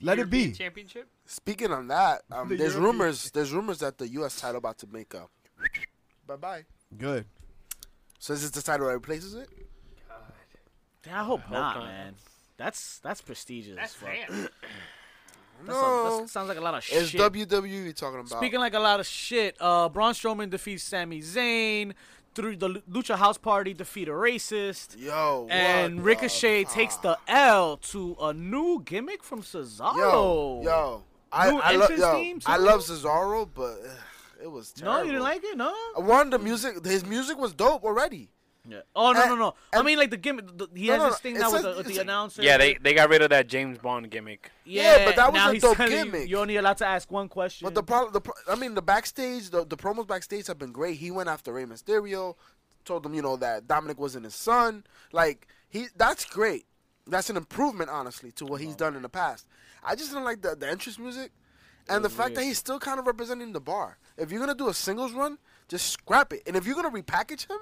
S2: Let it
S4: European
S2: be.
S4: Championship.
S3: Speaking on that, um,
S2: The
S3: there's
S2: European-
S3: rumors. There's rumors that the U.S. title about to make up. bye bye.
S2: Good.
S3: So is this the title that replaces it?
S1: Damn, I hope
S5: hope
S1: not,
S5: not.
S1: man. That's that's prestigious.
S4: That's
S1: as fuck.
S4: fair.
S1: That's a,
S3: No.
S1: that sounds like a lot of
S3: It's
S1: shit.
S3: WWE talking about.
S1: Speaking like a lot of shit, uh, Braun Strowman defeats Sami Zayn. Through the Lu- Lucha House Party defeat a racist.
S3: Yo, what
S1: And
S3: the
S1: Ricochet
S3: fuck?
S1: takes the L to a new gimmick from Cesaro.
S3: Yo, yo, I,
S1: New
S3: I, lo-
S1: entrance
S3: yo
S1: theme
S3: I
S1: song?
S3: love Cesaro, but uh, it was terrible.
S1: no, you didn't like it, no?
S3: One, the music, his music was dope already.
S1: Yeah. Oh no,
S3: And-
S1: no, no. I
S3: and-
S1: mean, like the gimmick. The, he
S3: No,
S1: has
S3: no,
S1: this thing
S3: it
S1: now with
S3: says-
S1: the, with
S3: it's
S1: the
S3: like-
S1: announcer.
S5: Yeah, they they got rid of that James Bond gimmick.
S3: Yeah, but that was
S1: now
S3: a
S1: he's
S3: dope
S1: telling you,
S3: gimmick.
S1: You only allowed to ask one question.
S3: But the problem, the pro- I mean, the backstage, the, the promos backstage have been great. He went after Rey Mysterio, told them you know that Dominic wasn't his son. Like he, that's great. That's an improvement, honestly, to what he's done in the past. I just didn't like the the entrance music, and the fact that he's still kind of representing the bar. If you're gonna do a singles run, just scrap it. And if you're gonna repackage him,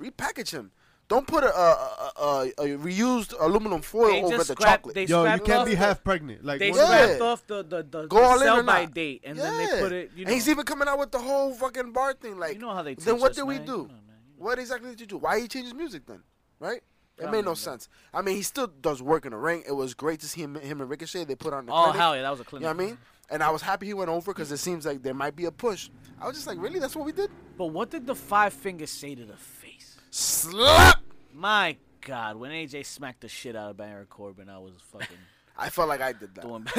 S3: repackage him. Don't put a, a, a, a, a reused aluminum foil
S1: They
S3: over
S1: just
S3: the
S1: scrapped-
S3: chocolate.
S1: they
S2: Yo, you
S1: scrapped
S2: can't
S1: off
S2: be
S1: the-
S2: half pregnant. Like
S1: They
S2: one
S3: Yeah.
S1: scrapped off the the, the,
S3: Go all in
S1: sell
S3: or
S1: by
S3: not.
S1: date, and then they put it. You know,
S3: and he's even coming out with the whole fucking bar thing. Like,
S1: you know how they.
S3: then
S1: teach
S3: what
S1: us,
S3: did we
S1: man.
S3: do?
S1: You know, man, you know.
S3: What exactly did you do? Why he changed his music then? Right? It
S1: Come
S3: made
S1: on,
S3: no
S1: man.
S3: sense. I mean, he still does work in the ring. It was great to see him, him and Ricochet. They put on the
S1: Oh
S3: clinic.
S1: hell yeah, that was a
S3: You
S1: clinic.
S3: know what I mean? And I was happy he went over because it seems like there might be a push. I was just like, really? That's what we did?
S1: But what did the five fingers say to the face?
S3: Slap!
S1: My God, when AJ smacked the shit out of Baron Corbin, I was
S3: (laughs)
S1: fucking
S3: I felt like I did that.
S1: doing. (laughs)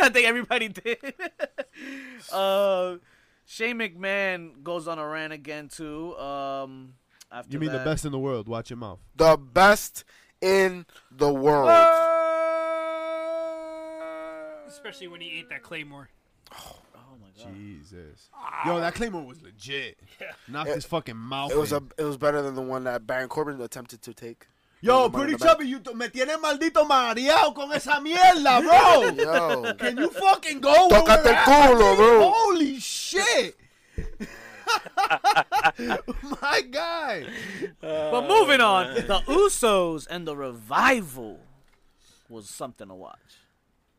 S1: I think everybody did. (laughs) uh, Shane McMahon goes on a rant again too. Um, after
S2: You mean the
S1: that.
S2: best in the world? Watch your mouth.
S3: The best in the world.
S4: Especially when he ate that claymore.
S1: Oh my God.
S2: Jesus.
S1: Ah.
S2: Yo, that claymore was legit. Knocked
S3: It-
S2: his fucking mouth.
S3: It was
S2: in.
S3: a, it was better than the one that Baron Corbin attempted to take.
S2: Yo,
S3: Money in
S2: pretty
S3: the Bank.
S2: chubby, you me tienes maldito mareado con esa mierda, bro.
S3: (laughs) Yo,
S2: Can you fucking go? where
S3: (laughs) Tócate
S2: we're
S3: el
S2: at,
S3: culo,
S2: Patrick?
S3: bro.
S2: Holy shit! (laughs) My guy.
S1: But moving on, the Usos and the Revival was something to watch.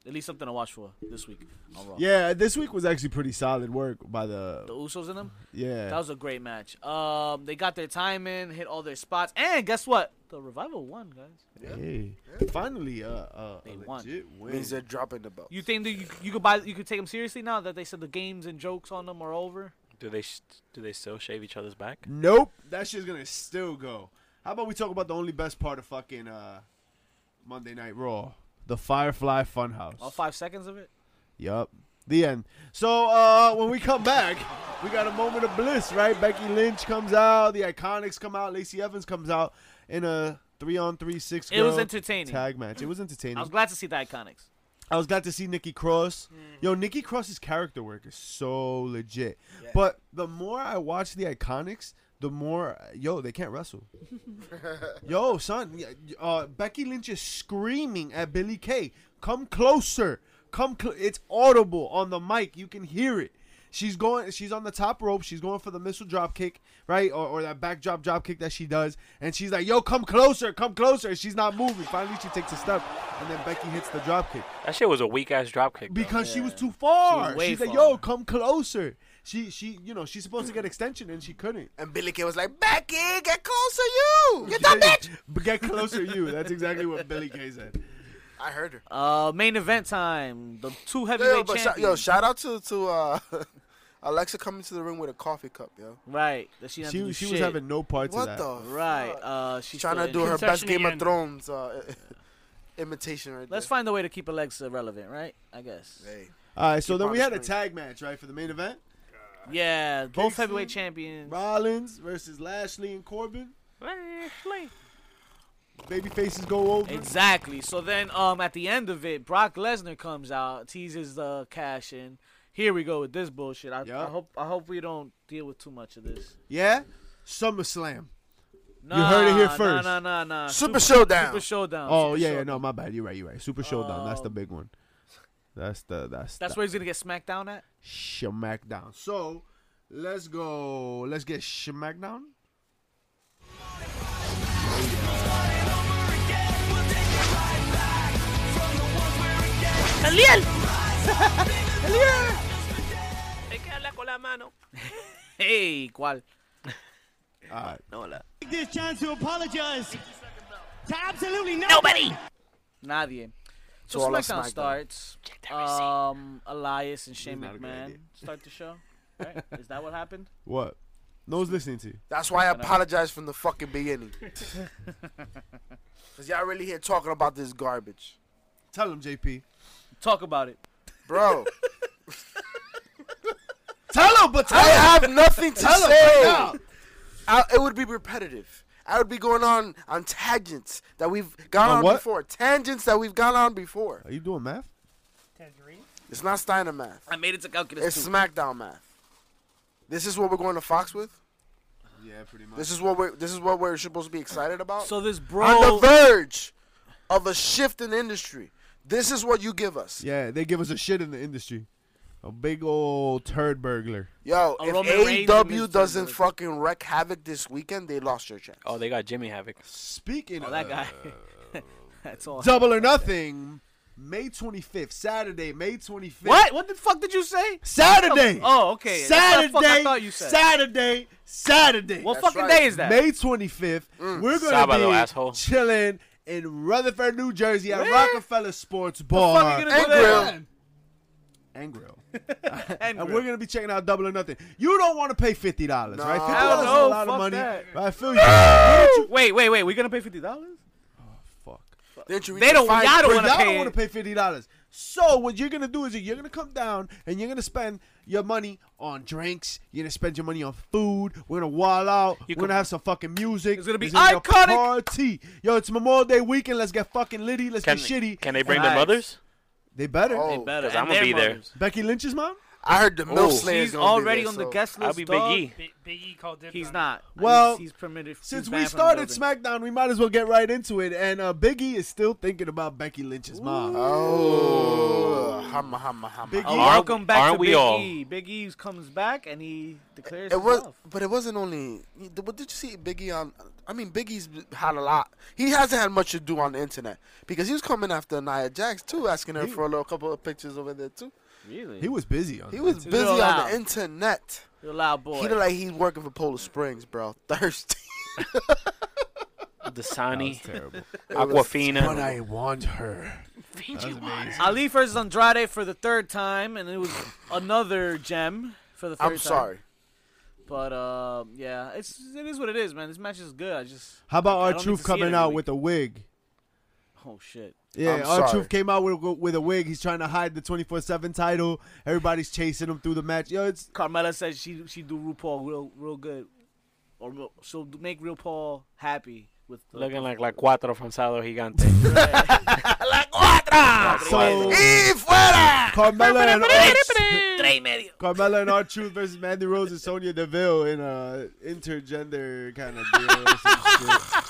S1: At least something to watch for this week on Raw.
S2: Yeah, this week was actually pretty solid work by the.
S1: The Usos in them. That
S2: yeah.
S1: was a great match. Um, they got their time in, hit all their spots, and guess what? The Revival won, guys.
S2: Hey, finally, uh, uh,
S1: They
S2: a
S1: won.
S2: legit win.
S3: means they're dropping the belt.
S1: You think that you, you could buy you could take them seriously now that they said the games and jokes on them are over?
S5: Do they sh- do they still shave each other's back?
S2: Nope, that shit's gonna still go. How about we talk about the only best part of fucking uh, Monday Night Raw, the Firefly Funhouse.
S1: All five seconds of it.
S2: Yup. The end. So uh, when we come back, we got a moment of bliss, right? Becky Lynch comes out, the Iconics come out, Lacey Evans comes out in a three on three six.
S1: It was
S2: girl
S1: entertaining.
S2: Tag match. It was entertaining.
S1: I was glad to see the Iconics.
S2: I was glad to see Nikki Cross. Yo, Nikki Cross's character work is so legit. But the more I watch the Iconics, the more yo they can't wrestle. yo, son, y- uh, Becky Lynch is screaming at Billy Kay, "Come closer! Come! Cl-. It's audible on the mic. You can hear it." She's going. She's on the top rope. She's going for the missile drop kick, right, or, or that back drop drop kick that she does. And she's like, "Yo, come closer! Come closer!" She's not moving. Finally, she takes a step, and then Becky hits the drop kick
S5: That shit was a weak ass drop kick. though.
S2: because she was too
S1: She
S2: far.
S1: was way
S2: She's like,
S1: far.
S2: "Yo, come closer." She, she, you know, she's supposed to get extension and she couldn't.
S3: And Billy Kay was like, Becky, get closer, you. Get that bitch.
S2: But get closer, you. That's exactly what Billy Kay said.
S3: I heard her.
S1: Uh, main event time. The two heavyweight
S3: Yo, but shout-
S1: champions.
S3: yo, shout out to to uh, (laughs) Alexa coming to the ring with a coffee cup, yo.
S1: right. That she, didn't have to do
S2: She, she was
S1: shit.
S2: having no parts
S3: What
S2: of that.
S3: the?
S1: Right.
S3: fuck?
S1: Uh, she's
S3: trying to
S1: still
S3: do her best
S4: Concession
S3: Game of
S4: again.
S3: Thrones uh, (laughs) imitation right
S1: Let's
S3: there.
S1: find a way to keep Alexa relevant, right? I guess.
S3: Hey,
S2: All right, so
S3: Keep
S2: then
S3: on
S2: we had a
S3: screen.
S2: tag match, right, for the main event:
S1: Yeah, both
S2: Kingston,
S1: heavyweight champions.
S2: Rollins versus Lashley and Corbin.
S1: Lashley.
S2: Baby faces go over.
S1: Exactly. So then, um, at the end of it, Brock Lesnar comes out, teases the cash in. Here we go with this bullshit. I,
S2: Yeah.
S1: I hope I hope we don't deal with too much of this.
S2: Yeah, SummerSlam.
S1: Nah,
S2: heard it here first.
S1: Nah, nah, nah, nah.
S3: Super Showdown.
S1: Uh, Super Showdown.
S2: Oh
S1: Super
S2: yeah, yeah,
S1: Showdown.
S2: no, my bad. You're right. You're right. Super Showdown. That's the
S1: Um,
S2: big one. That's the that's
S1: That's
S2: the
S1: where he's gonna get smacked down at.
S2: Smackdown. So let's go. Let's get Smackdown.
S1: Hey, cual.
S2: All right.
S6: this chance to apologize to absolutely nobody.
S1: Nadie. So
S3: To all of
S1: SmackDown
S3: SmackDown.
S1: starts. Um, Elias and Shane
S2: not a good
S1: McMahon
S2: idea.
S1: start the show.
S2: (laughs)
S1: Right? Is that what happened?
S2: What? No one's listening to you.
S3: that's why I apologized from the fucking
S1: (laughs)
S3: beginning. (laughs) Cause y'all really here talking about this garbage,
S2: Tell him, JP.
S1: Talk about it.
S3: bro.
S1: (laughs)
S2: Tell him, but
S3: I have nothing to
S2: Tell 'em
S3: say.
S2: right
S3: I, it would be repetitive. I would be going on on tangents that we've gone
S2: On
S3: on,
S2: what?
S3: before. Tangents that we've gone on before.
S2: Are you doing math?
S4: Tangerine?
S3: It's not Steiner math.
S1: I made it to calculus.
S3: It's
S1: too.
S3: SmackDown math. This is what we're going to Fox with.
S2: Yeah, pretty much.
S3: This is what we're. This is what we're supposed to be excited about.
S1: so this
S3: on
S1: bro.
S3: the verge of a shift in industry. This is what you give us.
S2: yeah, they give us a shit in the industry. A big old turd burglar.
S3: Yo,
S1: A
S3: if
S1: Roman Reigns
S3: AEW
S1: against
S3: doesn't
S1: Goldberg.
S3: fucking wreck havoc this weekend, they lost their chance.
S5: Oh, they got Jimmy Havoc.
S2: Speaking
S1: Oh,
S2: of
S1: that guy. (laughs) That's all.
S2: Double or Nothing, May 25th, Saturday, May 25th.
S1: What? What the fuck did you say?
S2: Saturday.
S1: Oh, okay. That's
S2: Saturday.
S1: what the fuck I thought you said.
S2: Saturday. Saturday.
S1: What
S3: That's
S1: fucking
S3: right.
S1: day is that? Mm.
S2: May 25th, we're gonna
S5: Sábado,
S2: be
S5: asshole.
S2: chilling in Rutherford, New Jersey, at
S1: Where?
S2: Rockefeller Sports
S1: fuck
S2: Bar
S1: you gonna
S3: And
S1: do that?
S3: grill.
S2: and Grill.
S1: And,
S2: (laughs) And
S1: grill.
S2: we're gonna be checking out Double or Nothing. You don't want to pay fifty dollars, right?
S3: No.
S2: Fifty
S3: Hell
S2: dollars is
S1: no,
S2: a lot
S1: fuck
S2: of money.
S1: that.
S2: Right? I
S1: (laughs)
S2: feel you.
S1: Wait, wait, wait. We're gonna pay fifty dollars?
S2: Fuck.
S3: Didn't you read
S1: They
S3: the
S1: don't-
S3: fine
S1: y'all don't
S2: But
S3: print?
S1: wanna
S2: y'all
S1: pay-
S2: don't want to pay fifty dollars. So what you're gonna do is you're gonna come down and you're gonna spend your money on drinks. You're gonna spend your money on food. We're gonna wall out.
S5: You
S2: We're
S5: could-
S2: gonna have some fucking music.
S1: It's gonna be
S2: There's gonna a
S1: iconic.
S2: Party. Yo, it's Memorial Day weekend. Let's get fucking litty. Let's
S5: Can,
S2: get shitty.
S5: can they bring
S1: Nice.
S5: their mothers?
S2: They better.
S3: Oh,
S1: They better.
S5: 'Cause
S1: And
S5: I'ma
S1: their
S5: be there.
S1: mothers.
S2: Becky Lynch's mom?
S3: I heard the
S5: Oh.
S3: milk slayers.
S1: She's
S3: gonna be
S1: already
S3: there,
S1: on the
S3: so-
S1: guest list.
S5: I'll be Big
S1: dog.
S5: E.
S4: Big, Big E called dibs.
S1: He's
S4: on
S1: not.
S2: Well,
S1: he's, he's permitted. he's
S2: Since
S1: banned
S2: we
S1: from the
S2: started
S1: building.
S2: SmackDown, we might as well get right into it. And uh, Biggie is still thinking about Becky Lynch's mom.
S3: Oh, humma humma humma.
S2: Big
S1: Uh,
S2: E.
S5: Aren't-
S1: welcome back
S5: aren't
S1: to
S5: we
S1: Big
S5: all?
S1: E. Big E comes back and he declares
S3: It was,
S1: himself.
S3: but it wasn't only. But did you see Biggie on? I mean, Biggie's had a lot. He hasn't had much to do on the internet because he was coming after Nia Jax too, asking her
S2: He-
S3: for a little couple of pictures over there too.
S1: Really?
S2: He was busy on
S3: He
S2: that.
S3: was
S1: Too
S3: busy on
S1: loud.
S3: the internet.
S1: You're a loud boy.
S3: He looked like he's working for Polar Springs, bro. (laughs) Thirsty.
S2: That was
S5: E. Dasani, (laughs)
S2: terrible. but
S5: Aquafina.
S2: I want her. That was amazing.
S1: Ali versus Andrade for the third time, and it was another gem for the third
S3: I'm
S1: time.
S3: sorry.
S1: But uh, yeah, it's it is what it is, man. This match is good. I just
S2: How about
S1: I
S2: our
S1: don't need
S2: truth
S1: to see it
S2: coming
S1: every
S2: out
S1: week.
S2: with a wig?
S1: oh shit.
S2: Yeah,
S3: I'm
S2: our
S3: sorry.
S2: truth came out with with a wig. He's trying to hide the twenty four seven title. Everybody's chasing him through the match.
S1: (laughs)
S2: Yo, it's
S1: Carmella said she she do RuPaul real real good, or real, she'll do- make RuPaul happy with
S5: Looking like La Cuatro from Sado (laughs) Gigante.
S2: so
S3: Y fuera.
S2: Carmella and R-
S1: Tres medio.
S2: Carmella and our truth versus Mandy Rose and Sonya Deville in a intergender kind of deal. or some shit.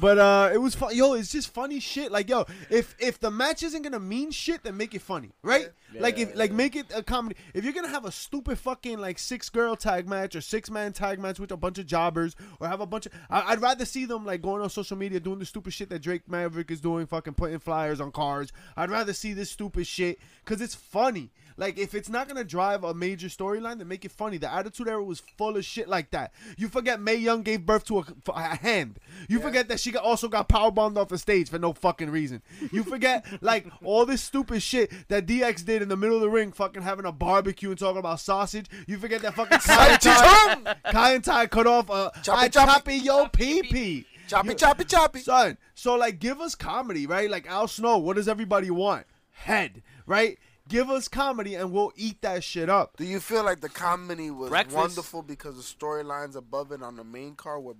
S2: But uh, it was fun. Yo, it's just funny shit. Like yo, if if the match isn't gonna mean shit, then make it funny, right? like if like make it a comedy. If you're gonna have a stupid fucking like six girl tag match or six man tag match with a bunch of jobbers or have a bunch of, I, I'd rather see them like going on social media doing the stupid shit that Drake Maverick is doing, fucking putting flyers on cars. I'd rather see this stupid shit because it's funny. Like if it's not gonna drive a major storyline, then make it funny. The Attitude Era was full of shit like that. You forget May Young gave birth to a, f- a hand. You forget that she got, also got powerbombed off the stage for no fucking reason. You forget (laughs) like all this stupid shit that DX did in the middle of the ring, fucking having a barbecue and talking about sausage. You forget that
S3: (laughs)
S2: fucking Kai and
S3: Chum!
S2: Ty, Kai and Ty cut off a
S3: Choppy,
S2: I
S3: choppy.
S2: choppy yo pee pee.
S3: (laughs) Choppy, choppy, choppy.
S2: Son, so like give us comedy, right? Like Al Snow, what does everybody want? Head, right? Give us comedy and we'll eat that shit up.
S3: Do you feel like the comedy was
S1: Breakfast.
S3: wonderful because the storylines above it on the main card were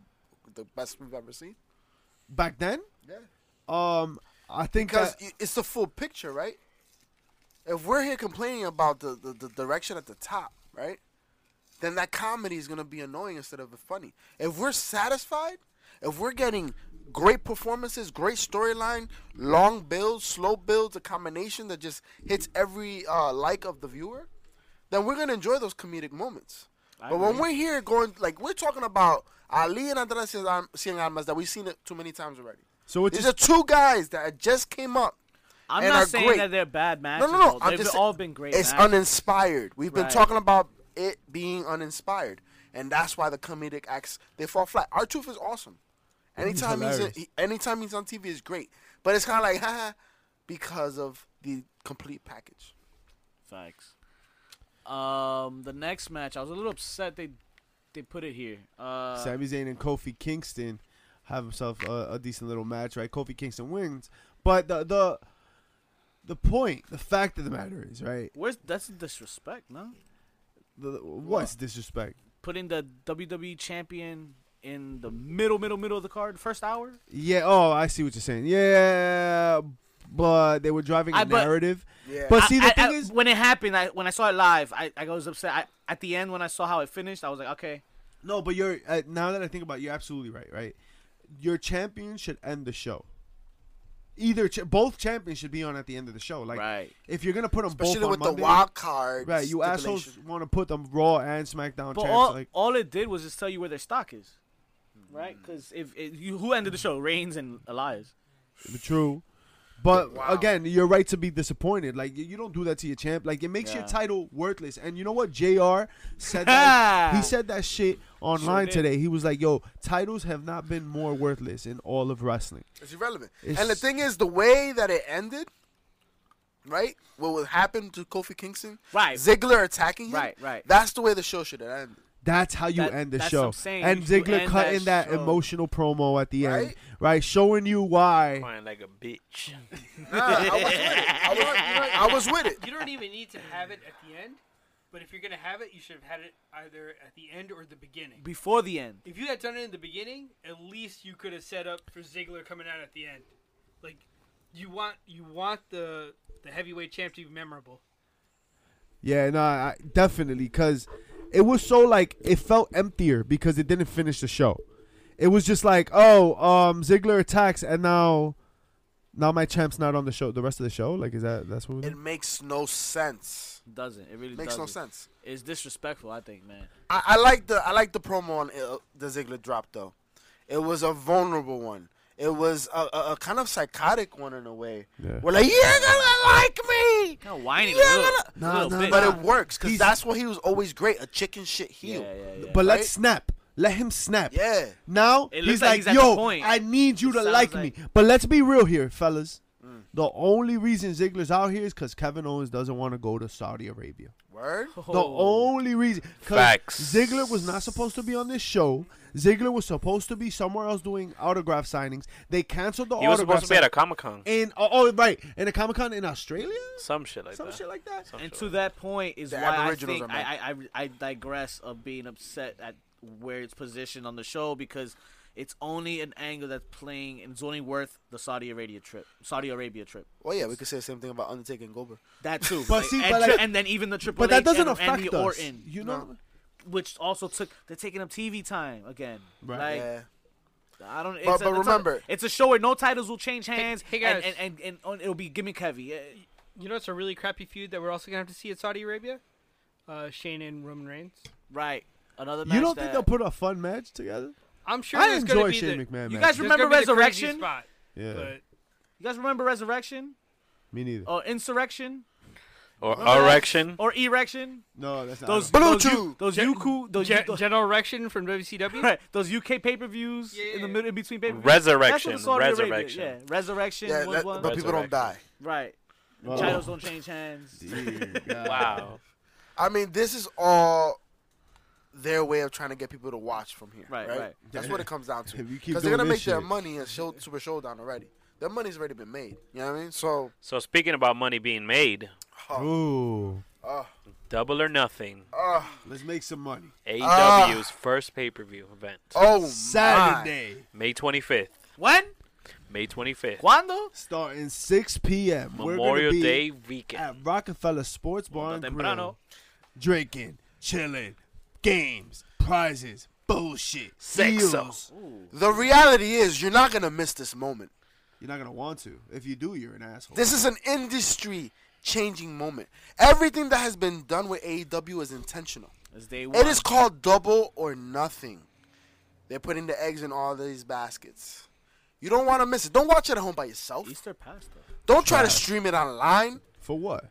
S3: the best we've ever seen?
S2: Back then,
S3: Yeah.
S2: um, I think
S3: Because
S2: that,
S3: i- it's the full picture, right? If we're here complaining about the, the, the direction at the top, right? Then that comedy is going to be annoying instead of funny. If we're satisfied, if we're getting great performances, great storyline, long builds, slow builds, a combination that just hits every uh, like of the viewer, then we're going to enjoy those comedic moments. but when we're here going, like, we're talking about Ali and Andrade Cien Almas that we've seen it too many times already.
S2: so it's
S3: These
S2: just,
S3: are two guys that just came up.
S1: I'm
S3: And
S1: not
S3: are
S1: saying
S3: great.
S1: that they're bad
S3: No,
S1: matches.
S3: no, no.
S1: though.
S3: I'm
S1: They've
S3: just
S1: all
S3: saying
S1: been great.
S3: It's
S1: matches.
S3: uninspired. We've been
S1: Right.
S3: talking about it being uninspired, and that's why the comedic acts they fall flat. Our truth is awesome. Anytime he's,
S2: hilarious.
S3: he, anytime he's on TV is great, but it's kind of like (laughs) haha because of the complete package.
S1: Facts. Um, the next match, I was a little upset they they put it here. Uh,
S2: Sami Zayn and Kofi Kingston have himself a, a decent little match, right? Kofi Kingston wins, but the the the point, the fact of the matter is, right?
S1: where's that's disrespect? No,
S2: The, the- what's disrespect?
S1: putting the WWE champion in the middle, middle, middle of the card, first hour.
S2: Yeah. Oh, I see what you're saying. Yeah, but they were driving a
S1: I- but-
S2: narrative.
S3: Yeah.
S2: But see, the
S1: I-
S2: thing
S1: I-
S2: is,
S1: when it happened, I when I saw it live, I, I was upset. I, at the end, when I saw how it finished, I was like, okay,
S2: no. But you're uh, now that I think about, it, you're absolutely right. Right. Your champion should end the show. either ch- both champions should be on at the end of the show. Like
S1: right.
S2: if you're gonna put them
S3: Especially
S2: both
S3: with
S2: on Monday,
S3: the wild card.
S2: right? You assholes
S3: stipulation.
S2: want to put them Raw and SmackDown
S1: But
S2: champs.
S1: all,
S2: like
S1: all it did was just tell you where their stock is, right? Because if, if you who ended the show, Reigns and Elias.
S2: true. But
S3: Wow.
S2: again, you're right to be disappointed. Like you- you don't do that to your champ. Like it makes your
S1: Yeah.
S2: title worthless. And you know what? Jr. said that, he said that shit online
S1: did.
S2: today. He was like, "Yo, titles have not been more worthless in all of wrestling."
S3: It's irrelevant.
S2: It's-
S3: and the thing is, the way that it ended, right? What would happen to Kofi Kingston?
S1: Right.
S3: Ziggler attacking him.
S1: Right, right.
S3: That's the way the show should end.
S2: That's how you
S1: That-
S2: end the
S1: that's
S2: show.
S1: what I'm saying.
S2: And
S1: You
S2: Ziggler
S1: end
S2: cutting
S1: that
S2: that,
S1: show.
S2: emotional promo at the end,
S3: Right?
S2: right? Showing you why.
S5: Crying like a bitch.
S3: Nah, I was with it. I was, I was with it.
S4: You don't even need to have it at the end, but if you're gonna have it, you should have had it either at the end or the beginning.
S1: Before the end,
S4: If you had done it in the beginning, at least you could have set up for Ziggler coming out at the end. Like, you want you want the the heavyweight champ to be memorable.
S2: Yeah, no, I, definitely, because it was so like it felt emptier because it didn't finish the show. It was just like, oh, um, Ziggler attacks, and now, now my champ's not on the show. The rest of the show, like, is that that's what? we
S3: It makes no sense.
S1: doesn't it really
S3: Makes
S1: doesn't.
S3: no sense.
S1: It's disrespectful, I think, man.
S3: I, I like the I like the promo on uh, the Ziggler drop though. It was a vulnerable one. It was a, a, a kind of psychotic one in a way.
S2: Yeah.
S3: We're like, you're gonna like me.
S1: Kind of whining a
S3: Yeah,
S1: little,
S2: no,
S1: little
S2: no,
S1: bit.
S3: But it works because
S2: He's-
S3: that's what he was always great a chicken shit
S1: yeah,
S3: heel.
S1: yeah, yeah.
S2: But
S3: Right?
S2: let's snap. Let him snap.
S3: Yeah.
S2: Now
S1: It looks
S2: he's
S1: like
S2: like,
S1: he's at the
S2: yo,
S1: point."
S2: I need you
S1: It
S2: to
S1: sounds
S2: like,
S1: like-
S2: me. But let's be real here, fellas.
S5: Mm.
S2: The only reason Ziggler's out here is because Kevin Owens doesn't want to go to Saudi Arabia.
S3: Word.
S2: The
S1: Oh.
S2: only reason, because
S5: Facts.
S2: Ziggler was not supposed to be on this show. Ziggler was supposed to be somewhere else doing autograph signings. They canceled the
S5: He was
S2: autograph.
S5: supposed to be at a Comic Con.
S2: sign- in oh, oh, right in a Comic Con in Australia,
S5: Some shit like
S2: some
S5: that.
S2: shit like that.
S5: Some
S1: and
S5: shit
S1: to
S5: like
S1: that point is
S3: The
S1: why I
S3: Aboriginals
S1: think
S3: are mad.
S1: I, I, I, I digress of being upset at where it's positioned on the show because it's only an angle that's playing and it's only worth the Saudi Arabia trip. Saudi Arabia trip.
S3: Well, yeah, we could say the same thing about Undertaker and Goldberg.
S1: That too.
S2: But see,
S1: and,
S2: but like-
S1: and then even the Triple
S2: But that
S1: H
S2: doesn't
S1: and
S2: affect
S1: Randy
S2: us.
S1: Orton,
S2: You know,
S1: which also took they're taking up TV time again.
S2: Right.
S1: Like,
S3: yeah.
S1: I don't. It's
S3: But-
S1: a-
S3: but
S1: it's a-
S3: remember-
S1: it's a show where no titles will change hands,
S4: hey, guys.
S1: and, and, and, and it'll be gimmick heavy. Uh,
S4: You know, it's a really crappy feud that we're also gonna have to see at Saudi Arabia. Uh, Shane and Roman Reigns.
S1: Right. Another. Match
S2: you don't think
S1: that-
S2: they'll put a fun match together?
S4: I'm sure
S2: I
S4: there's gonna
S2: enjoy
S4: be
S2: Shane
S4: the,
S2: McMahon.
S1: You guys
S2: matches.
S4: there's
S1: Remember
S4: gonna be the crazy
S1: Resurrection?
S4: spot,
S2: yeah,
S4: but
S1: You guys remember Resurrection
S2: me neither.
S1: or Insurrection
S5: that. Or erection.
S1: or Erection?
S2: no, that's not.
S1: Those
S2: I don't-
S1: those,
S3: Bluetooth.
S1: U- those
S4: Gen-
S1: Yuku those,
S4: Gen-
S1: U- those,
S4: General Erection from
S1: (laughs)
S4: WCW.
S1: right, those UK pay per views in
S4: Yeah.
S1: the middle in between pay per views.
S5: Resurrection. Resurrection.
S1: Yeah, resurrection
S3: Yeah,
S1: was
S3: that-
S1: one.
S3: but people don't
S5: Resurrection.
S3: die.
S1: right.
S2: Oh.
S1: Titles don't change hands.
S2: Dear
S5: (laughs)
S2: God.
S5: Wow.
S3: I mean, this is all their way of trying to get people to watch from here.
S1: Right,
S3: Right,
S1: right.
S3: That's what it comes down to.
S2: If you keep
S3: Because they're gonna
S2: doing
S3: make
S2: this
S3: their
S2: shit.
S3: money at show, Super Showdown already. Their money's already been made. You know what I mean? So,
S5: So speaking about money being made,
S2: Ooh,
S5: Double or Nothing,
S3: uh,
S2: let's make some money.
S5: Oh AEW's first pay-per-view event,
S3: oh my.
S2: Saturday,
S5: May 25th.
S1: When?
S5: May 25th.
S1: Cuando?
S2: starting 6 p.m. We're gonna
S5: Memorial
S2: be
S5: Day weekend.
S2: at Rockefeller Sports Bar
S5: Mundo
S2: and
S5: temprano.
S2: Grill, drinking, chilling, games, prizes, bullshit,
S5: Sexo.
S2: deals.
S3: The reality is, you're not gonna miss this moment.
S2: You're not gonna want to. If you do, you're an asshole.
S3: This is an industry changing moment. Everything that has been done with AEW is intentional.
S1: It's day one.
S3: It is called double or nothing. They're putting the eggs in all these baskets. You don't want to miss it. Don't watch it at home by yourself.
S1: Easter pasta.
S3: Don't try to stream it online.
S2: For what?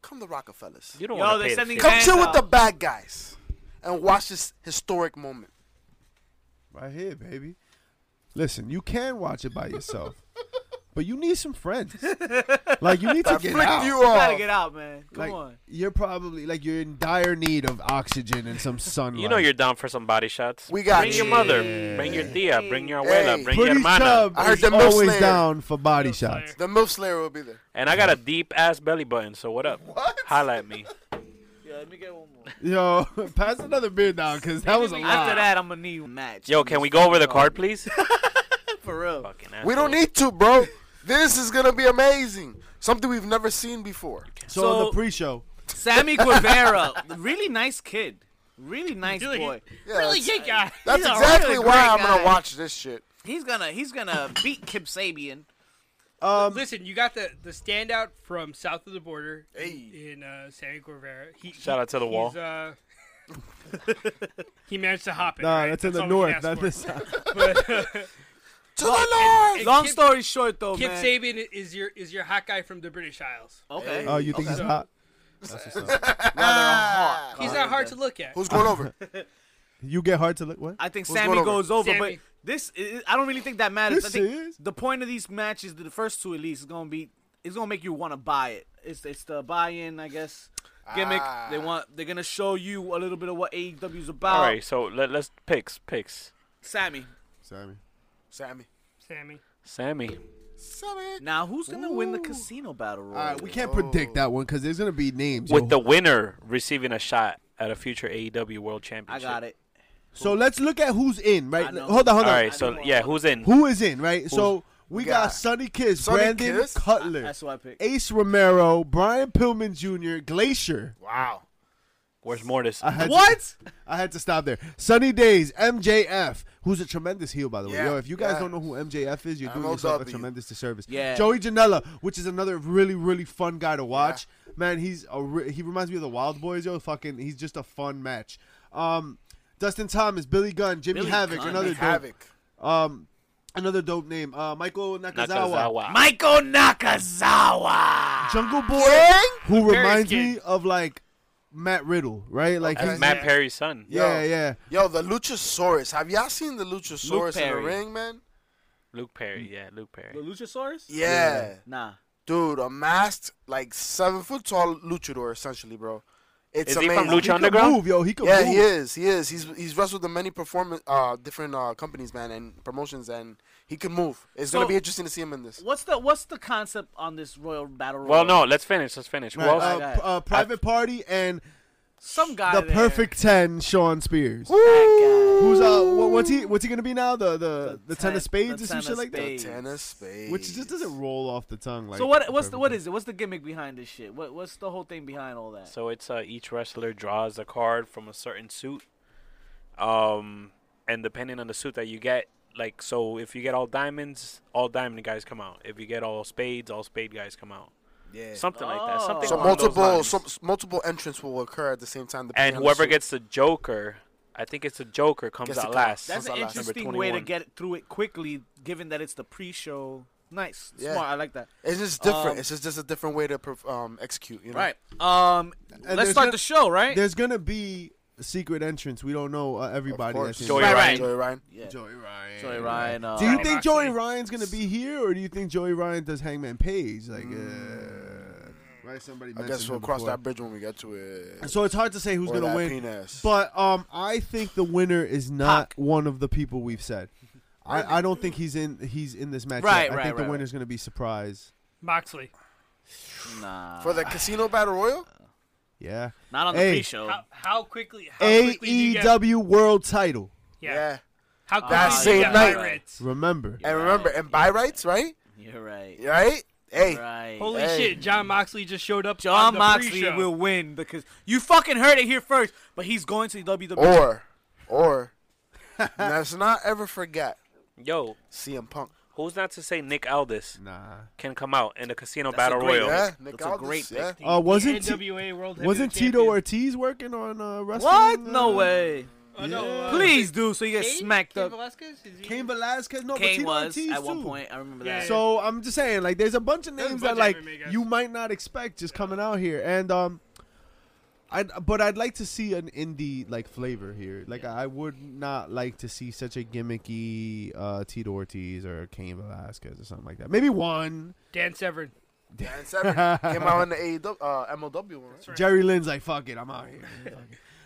S3: Come to Rockefellers.
S5: You don't
S1: Yo,
S5: want
S1: they
S5: to pay the
S1: sending
S5: fee.
S3: Come
S1: Hands
S3: chill with
S1: up.
S3: the bad guys and watch this historic moment.
S2: Right here, baby. Listen, you can watch it by yourself, but you need some friends. like you need to
S3: That
S2: get
S3: flicked
S2: out.
S3: you
S1: You gotta
S3: off.
S1: get out, man. Come
S2: like,
S1: on.
S2: You're probably like you're in dire need of oxygen and some sunlight.
S5: You know you're down for some body shots.
S3: We got
S5: Bring your
S3: you.
S5: mother.
S2: Yeah.
S5: Bring your tia. Bring your abuela.
S3: Hey.
S5: Bring your
S2: Pretty
S5: hermana.
S2: Chubb
S3: I heard
S2: is
S3: the Milf
S2: always
S3: Slayer.
S2: down for body shots.
S3: The MILF Slayer will be there.
S5: And I got a deep ass belly button. So what up?
S3: What?
S5: Holla at me.
S1: Yeah, let me get one more.
S2: Yo, (laughs) pass another beer down because that was a lot.
S1: After that, I'm gonna need a match.
S5: Yo, can we go over the card, please?
S1: For real.
S5: Fucking
S3: We don't
S5: asshole.
S3: need to, bro. This is going to be amazing. Something we've never seen before.
S2: So, on the
S1: So-
S2: pre-show,
S1: (laughs) Sammy Guevara, really nice kid. Really nice
S4: Really-
S1: boy.
S3: Yeah,
S4: Really
S3: that's-
S4: good guy.
S3: that's
S1: He's a
S3: exactly
S1: really
S3: why
S1: great
S3: I'm going
S1: guy.
S3: to watch this shit.
S1: He's gonna he's gonna beat Kip Sabian
S2: Um,
S4: Listen, you got the the standout from south of the border in-
S3: Hey.
S4: in uh, Sammy Guevara. He,
S5: Shout out to the
S4: he's,
S5: wall.
S4: Uh, (laughs) he managed to hop it.
S2: nah,
S4: right?
S2: that's in the
S4: all we can
S2: north,
S4: ask
S2: not
S4: for.
S2: this side. (laughs)
S4: But, (laughs)
S3: To the Lord!
S4: and
S1: Long
S4: Kip-
S1: story short, though,
S4: Kip
S1: man.
S4: Sabian is your is your hot guy from the British Isles.
S1: okay.
S2: Oh, you think he's
S4: Okay.
S2: hot?
S3: Ah,
S4: He's not hard to look at.
S3: Who's going over?
S2: You get hard to look. What?
S1: I think
S3: Who's
S1: Sammy
S3: going over?
S1: goes over,
S4: Sammy.
S1: but this i- I don't really think that matters.
S2: This
S1: I think
S2: is-
S1: the point of these matches, the first two at least, is gonna be it's gonna make you want to buy it. It's it's the buy-in, I guess. Gimmick. They
S3: Ah.
S1: want they're gonna show you a little bit of what AEW's about.
S5: All right, so let, let's picks picks.
S1: Sammy.
S2: Sammy.
S3: (laughs) Sammy.
S4: Sammy.
S5: Sammy.
S3: Sammy.
S1: Now who's gonna win the casino battle royal?
S2: All right, we can't
S3: Oh.
S2: predict that one because there's gonna be names. yo.
S5: with the winner receiving a shot at a future AEW World
S1: I
S5: Championship.
S1: got it.
S2: so let's look at who's in. Right.
S1: I know.
S2: Hold on. Hold on.
S5: All right,
S1: I
S5: so
S1: know.
S5: yeah, who's in?
S2: Who is in? Right. so we
S3: got-
S2: got Sonny Kiss,
S3: Sonny
S2: Brandon
S3: Kiss?
S2: Cutler,
S1: That's who I picked.
S2: Ace Romero, Brian Pillman Jr., Glacier.
S3: Wow.
S5: Where's Mortis?
S1: Uh-huh.
S2: I had to-
S1: What?
S2: I had to stop there. Sunny Days, MJF, who's a tremendous heel, by the way.
S3: Yeah,
S2: Yo, if you guys
S3: yeah.
S2: don't know who MJF is, you're doing
S3: MLW.
S2: yourself a tremendous disservice.
S1: Yeah.
S2: Joey Janela, which is another really, really fun guy to watch. Man, he's a re- he reminds me of the Wild Boys, yo. Fucking, he's just a fun match. Um, Dustin Thomas, Billy Gunn, Jimmy
S1: Billy
S2: Havoc,
S1: Gunn,
S2: another
S1: Billy
S2: dope,
S3: Havoc.
S2: um, another dope name. Uh, Michael Nakazawa,
S5: Nakazawa.
S1: Michael Nakazawa.
S2: Jungle Boy, who
S4: Paris
S2: reminds
S4: kid.
S2: me of like Matt Riddle, right? Like
S5: That's
S2: he's,
S5: Matt Perry's son.
S2: yeah,
S3: Yo.
S2: yeah.
S3: Yo, the Luchasaurus. Have y'all seen the Luchasaurus in the
S1: Perry.
S3: ring, man?
S5: Luke Perry. Yeah, Luke
S1: The
S5: Perry.
S1: Luchasaurus?
S3: Yeah.
S1: Nah.
S3: Dude, a masked, like seven foot tall luchador, essentially, bro. It's
S5: Is he
S3: amazing.
S5: from
S2: He
S5: Lucha
S2: could
S5: Underground?
S2: move, yo. He could
S3: Yeah,
S2: move.
S3: he is. He is. He's he's wrestled in many performance, uh, different uh, companies, man, and promotions, and he can move. It's
S1: So-
S3: gonna be interesting to see him in this.
S1: What's the what's the concept on this royal battle royal?
S5: Well, no, let's finish. Let's finish. Who
S2: Right,
S5: else?
S2: uh,
S1: got
S2: p- uh, private party and
S1: Some guy.
S2: the
S1: there.
S2: perfect ten, Sean Spears.
S1: That guy.
S2: Who's uh, wha- what's he? What's he gonna be now? The the the, ten
S1: ten-
S2: of spades
S1: the
S2: or some
S1: ten
S2: shit
S1: of
S2: like
S1: spades.
S3: Tennis space.
S2: that, which just doesn't roll off the tongue. Like
S1: So what? What's the, what is it? What's the gimmick behind this shit? What what's the whole thing behind all that?
S5: So it's uh, each wrestler draws a card from a certain suit, um, and depending on the suit that you get, like so, if you get all diamonds, all diamond guys come out. If you get all spades, all spade guys come out.
S3: Yeah.
S5: Something like that.
S1: Oh.
S5: Something.
S3: so
S5: along those
S3: multiple,
S5: lines.
S3: so, multiple entrants will occur at the same time. depending
S5: and
S3: on the
S5: whoever
S3: suit.
S5: gets the Joker, I think it's the Joker comes
S3: Gets to
S5: out
S3: come out.
S5: last.
S1: That's an
S3: Number
S1: interesting way to
S5: 21.
S1: get through it quickly, given that it's the pre-show. Nice,
S3: Yeah.
S1: smart. I like that.
S3: it's just different.
S1: um,
S3: it's just, just a different way to perf- um, execute. You know?
S1: Um.
S2: there's
S1: let's start
S2: no-
S1: the show. Right.
S2: There's gonna be a secret entrance. We don't know uh, everybody.
S3: Of
S2: That's in
S5: Joey
S2: there.
S5: Ryan.
S3: Joey Ryan.
S1: Yeah.
S2: Joey Ryan.
S1: Joey Ryan. Uh,
S2: Do you
S4: Ryan
S2: think
S4: Moxley.
S2: Joey Ryan's gonna be here, or do you think Joey Ryan does Hangman Page? Like, uh, right? Somebody.
S3: I
S2: mentioned
S3: guess we'll
S2: him
S3: cross
S2: before.
S3: that bridge when we get to it.
S2: So it's hard to say who's
S3: Or
S2: gonna
S3: that
S2: win.
S3: penis.
S2: But um, I think the winner is not one of the people we've said. I, I don't think he's in he's in this match.
S1: Right,
S2: yet. I
S1: right,
S2: think
S1: right,
S2: the winner's gonna be surprise.
S4: Moxley.
S1: nah.
S3: For the casino battle royal,
S2: Yeah.
S1: not on the
S2: Hey.
S1: pre-show.
S4: How, how quickly? How
S2: E
S4: quickly do you get-
S2: AEW World Title.
S4: Yeah.
S3: yeah.
S4: How quickly
S1: That
S4: do you
S1: same
S4: get
S1: night.
S4: pirates?
S2: Remember.
S1: Yeah.
S3: And remember,
S1: Right,
S3: and by rights, right?
S1: You're right.
S3: Right? Hey,
S1: Right.
S4: Holy
S3: Hey.
S4: shit! John Moxley just showed up. on
S1: John
S4: the
S1: Moxley
S4: pre-show.
S1: will win because you fucking heard it here first. But he's going to the E. WWE.
S3: or, or, let's not ever forget
S5: Yo,
S3: CM Punk.
S5: who's not to say Nick Aldis
S2: Nah.
S5: can come out in the casino
S1: That's
S5: battle
S1: a great
S5: royal?
S3: Yeah,
S1: That's
S3: Nick
S1: a
S3: Aldis,
S1: great
S3: yeah.
S1: pick.
S2: Uh, wasn't T-
S4: NWA World
S2: wasn't
S4: Heavyweight
S2: Tito
S4: Champion.
S2: Ortiz working on uh, wrestling?
S1: What? No
S2: uh,
S1: way.
S4: Oh, no,
S2: Yeah.
S4: uh,
S1: Please do so you get
S4: Kane?
S1: smacked
S4: Kane
S1: up.
S4: Velasquez? Is he-
S2: Cain Velasquez. No, but
S1: Kane
S2: Tito
S1: was
S2: Ortiz
S1: at one
S2: too.
S1: point. I remember
S4: Yeah,
S1: that.
S4: yeah.
S2: So I'm just saying, like, there's a bunch of
S4: There's a
S2: names
S4: bunch
S2: that
S4: of
S2: like
S4: MMA guys.
S2: you might not expect just coming out here, and um, I but I'd like to see an indie like flavor here. Like I would not like to see such a gimmicky uh, Tito Ortiz or Cain Velasquez or something like that. Maybe one.
S4: Dan Severn.
S3: Dan Severn came out in the AEW, uh, MLW one. Right?
S4: right.
S2: Jerry Lynn's like, fuck it, I'm out
S4: (laughs)
S2: here.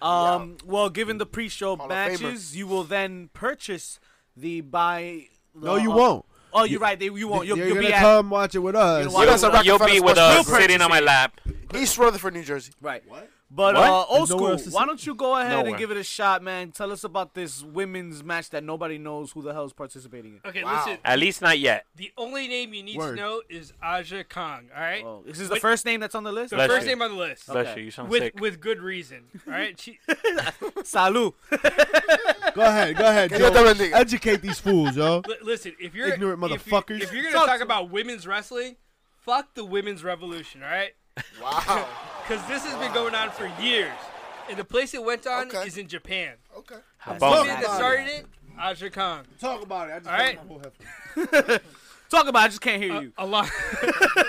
S1: Um, well, given the pre-show
S3: Hall of Famer.
S1: matches, you will then purchase the buy. The,
S2: no, you
S1: uh,
S2: won't.
S1: Oh, you're right. They, you won't. You'll,
S2: You're
S1: you'll
S2: gonna
S1: be at
S2: come watch it with us.
S1: watch-
S3: That's a
S5: You'll, you'll
S3: Rockefeller
S5: be with
S3: Sports
S5: us
S1: Group.
S5: sitting on my lap.
S3: East Rutherford, New Jersey.
S1: right. But
S5: What?
S1: uh, old
S2: There's nowhere
S1: school.
S2: else to
S1: Why
S2: sit.
S1: don't you go ahead and
S5: Nowhere.
S1: give it a shot, man? Tell us about this women's match that nobody knows who the hell is participating in.
S4: Okay,
S3: Wow.
S4: listen.
S5: At least not yet.
S4: The only name you need
S2: Word.
S4: to know is Aja Kong. All right.
S1: Oh, this is the
S4: Wait.
S1: first name that's on the list.
S4: the
S5: Bless
S4: first
S5: you.
S4: name on the list.
S5: Bless
S1: Okay.
S5: you. You sound
S4: With
S5: sick.
S4: with good reason. All right. She,
S1: Salu.
S2: Go ahead, go
S4: (laughs)
S2: ahead,
S3: Get out
S2: Joe.
S3: that nigga.
S2: Educate these fools, yo.
S4: Li- listen, if you're
S2: Ignorant
S4: if you-
S2: motherfuckers.
S4: if you're gonna
S1: Fuck.
S4: talk about women's wrestling, fuck the women's revolution, all right?
S3: (laughs) Wow.
S4: Because this has been going on for years, and the place it went on
S3: Okay.
S4: is in Japan.
S3: Okay.
S1: Oh,
S4: The
S5: Boom.
S4: man that started it, Azra Khan.
S2: Talk about it. I just
S4: All right.
S1: Talk about. it, (laughs) I just can't hear
S4: Uh,
S1: you.
S4: (laughs) along,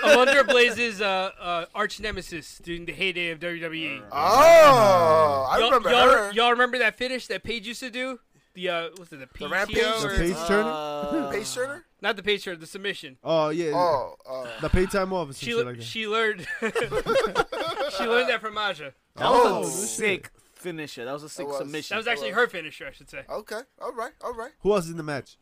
S4: along their Blaze's uh, uh, arch nemesis during the heyday of E. WWE.
S3: Oh, I
S4: y'all,
S3: remember
S4: y'all,
S3: her.
S4: y'all remember that finish that Paige used to do? The uh, what's it? The PTO?
S3: Rampage?
S4: or-
S2: The page turner.
S1: Uh,
S3: Pace Turner?
S4: Not the page turn, the submission.
S2: Oh yeah.
S3: Oh, uh,
S2: The paid time off and some
S4: She
S2: shit like that.
S4: she learned (laughs) she learned that from Aja.
S1: that was
S3: Oh,
S1: a
S3: shit.
S1: sick finisher. That was a sick
S3: That was.
S4: That
S1: submission.
S4: was actually her finisher, I should say.
S3: okay. All right. All right.
S2: Who else is in the match?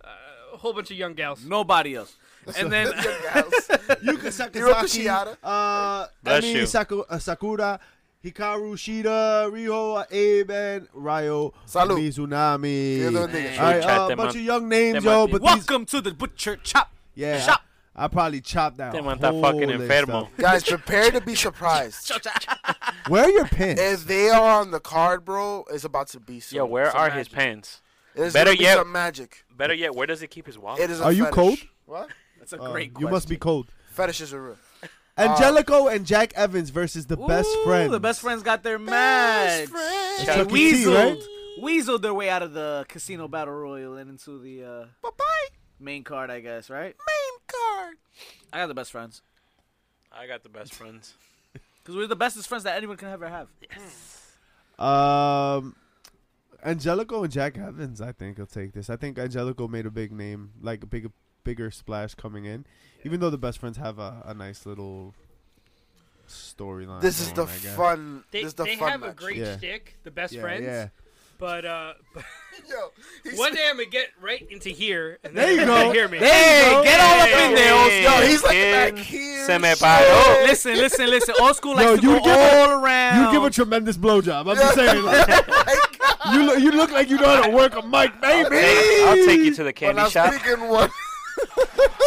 S4: A whole bunch of young gals.
S1: Nobody else. And
S3: (laughs)
S1: then
S3: Young gals.
S2: Yuka Sakazaki,
S3: Yokoshiyata.
S2: uh, I
S5: Bless
S2: mean
S5: you.
S2: Saku- uh, Sakura, Hikaru Shida, Riho, Abe, and Ryo
S3: Salute. Give them
S2: Mizunami.
S3: niggas.
S2: All right,
S5: Chat
S2: uh,
S5: them
S2: bunch
S5: up.
S2: of young names,
S5: Them
S2: yo,
S5: up.
S2: but these,
S1: (laughs) welcome to the butcher chop.
S2: yeah,
S1: Shop.
S2: I, I probably chopped that.
S5: Them
S2: whole
S5: want that fucking
S2: list
S5: enfermo.
S2: up.
S3: Guys, prepare to be surprised.
S2: Where are your pants?
S3: If they are on the card, bro, it's about to be some.
S5: Yo, where
S3: some
S5: are
S3: magic.
S5: his pants?
S3: It's
S5: Better
S3: gonna be
S5: yet-
S3: some magic.
S5: Better yet, where does he keep his wallet?
S3: It is. A
S2: Are you
S3: fetish.
S2: cold?
S3: What?
S1: That's a
S2: Uh,
S1: great
S2: you
S1: question.
S2: must be cold.
S3: Fetishes are real.
S2: Angelico and Jack Evans versus the best
S1: Ooh,
S2: friends.
S1: The best friends got their match. They
S2: It's Chuck E. Cheese,
S1: weaseled,
S2: right?
S1: weaseled their way out of the casino battle royal and into the uh, main card, I guess. Right? Main card. I got the best friends
S5: I got the best friends.
S1: because we're the bestest friends that anyone can ever have.
S2: Um, Angelico and Jack Evans, I think, will take this. I think Angelico made a big name, like a big, bigger splash coming in. Even though the best friends have a, a nice little storyline.
S3: This is the
S2: going, I guess.
S3: fun.
S4: They,
S3: this is the
S4: they
S3: fun
S4: have
S3: match.
S4: a great
S2: Yeah.
S4: stick, the best
S2: Yeah,
S4: friends.
S2: yeah.
S4: But uh
S3: (laughs) Yo, he's,
S4: one day I'm gonna get right into here and
S2: (laughs) There
S4: then
S2: you
S4: you're
S2: go.
S4: gonna hear me.
S1: Hey, get all up in there. Old
S5: Hey.
S1: school.
S3: yo, he's like
S5: Kid
S3: back here.
S5: se me
S3: shit.
S5: paró.
S1: Listen, listen, listen. Old school likes
S2: Yo,
S1: to
S2: you
S1: go
S2: give a-
S1: all around.
S2: You give a tremendous blowjob. I'm just saying. like, (laughs) you look, you look like you know how to work a mic, baby.
S5: Hey, I'll take you to the
S3: When
S5: candy
S3: I'm
S5: shop. (laughs)
S3: speaking one.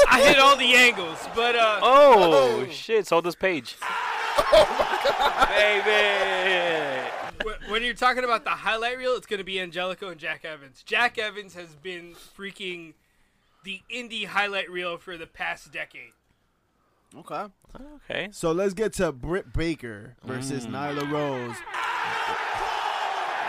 S4: I hit all the angles, but uh
S5: Oh shit! So does Paige. Baby.
S4: Wh- when you're talking about the highlight reel, it's going to be Angelico and Jack Evans. Jack Evans has been freaking the indie highlight reel for the past decade.
S1: Okay.
S5: Okay.
S2: So let's get to Britt Baker versus Nyla Rose.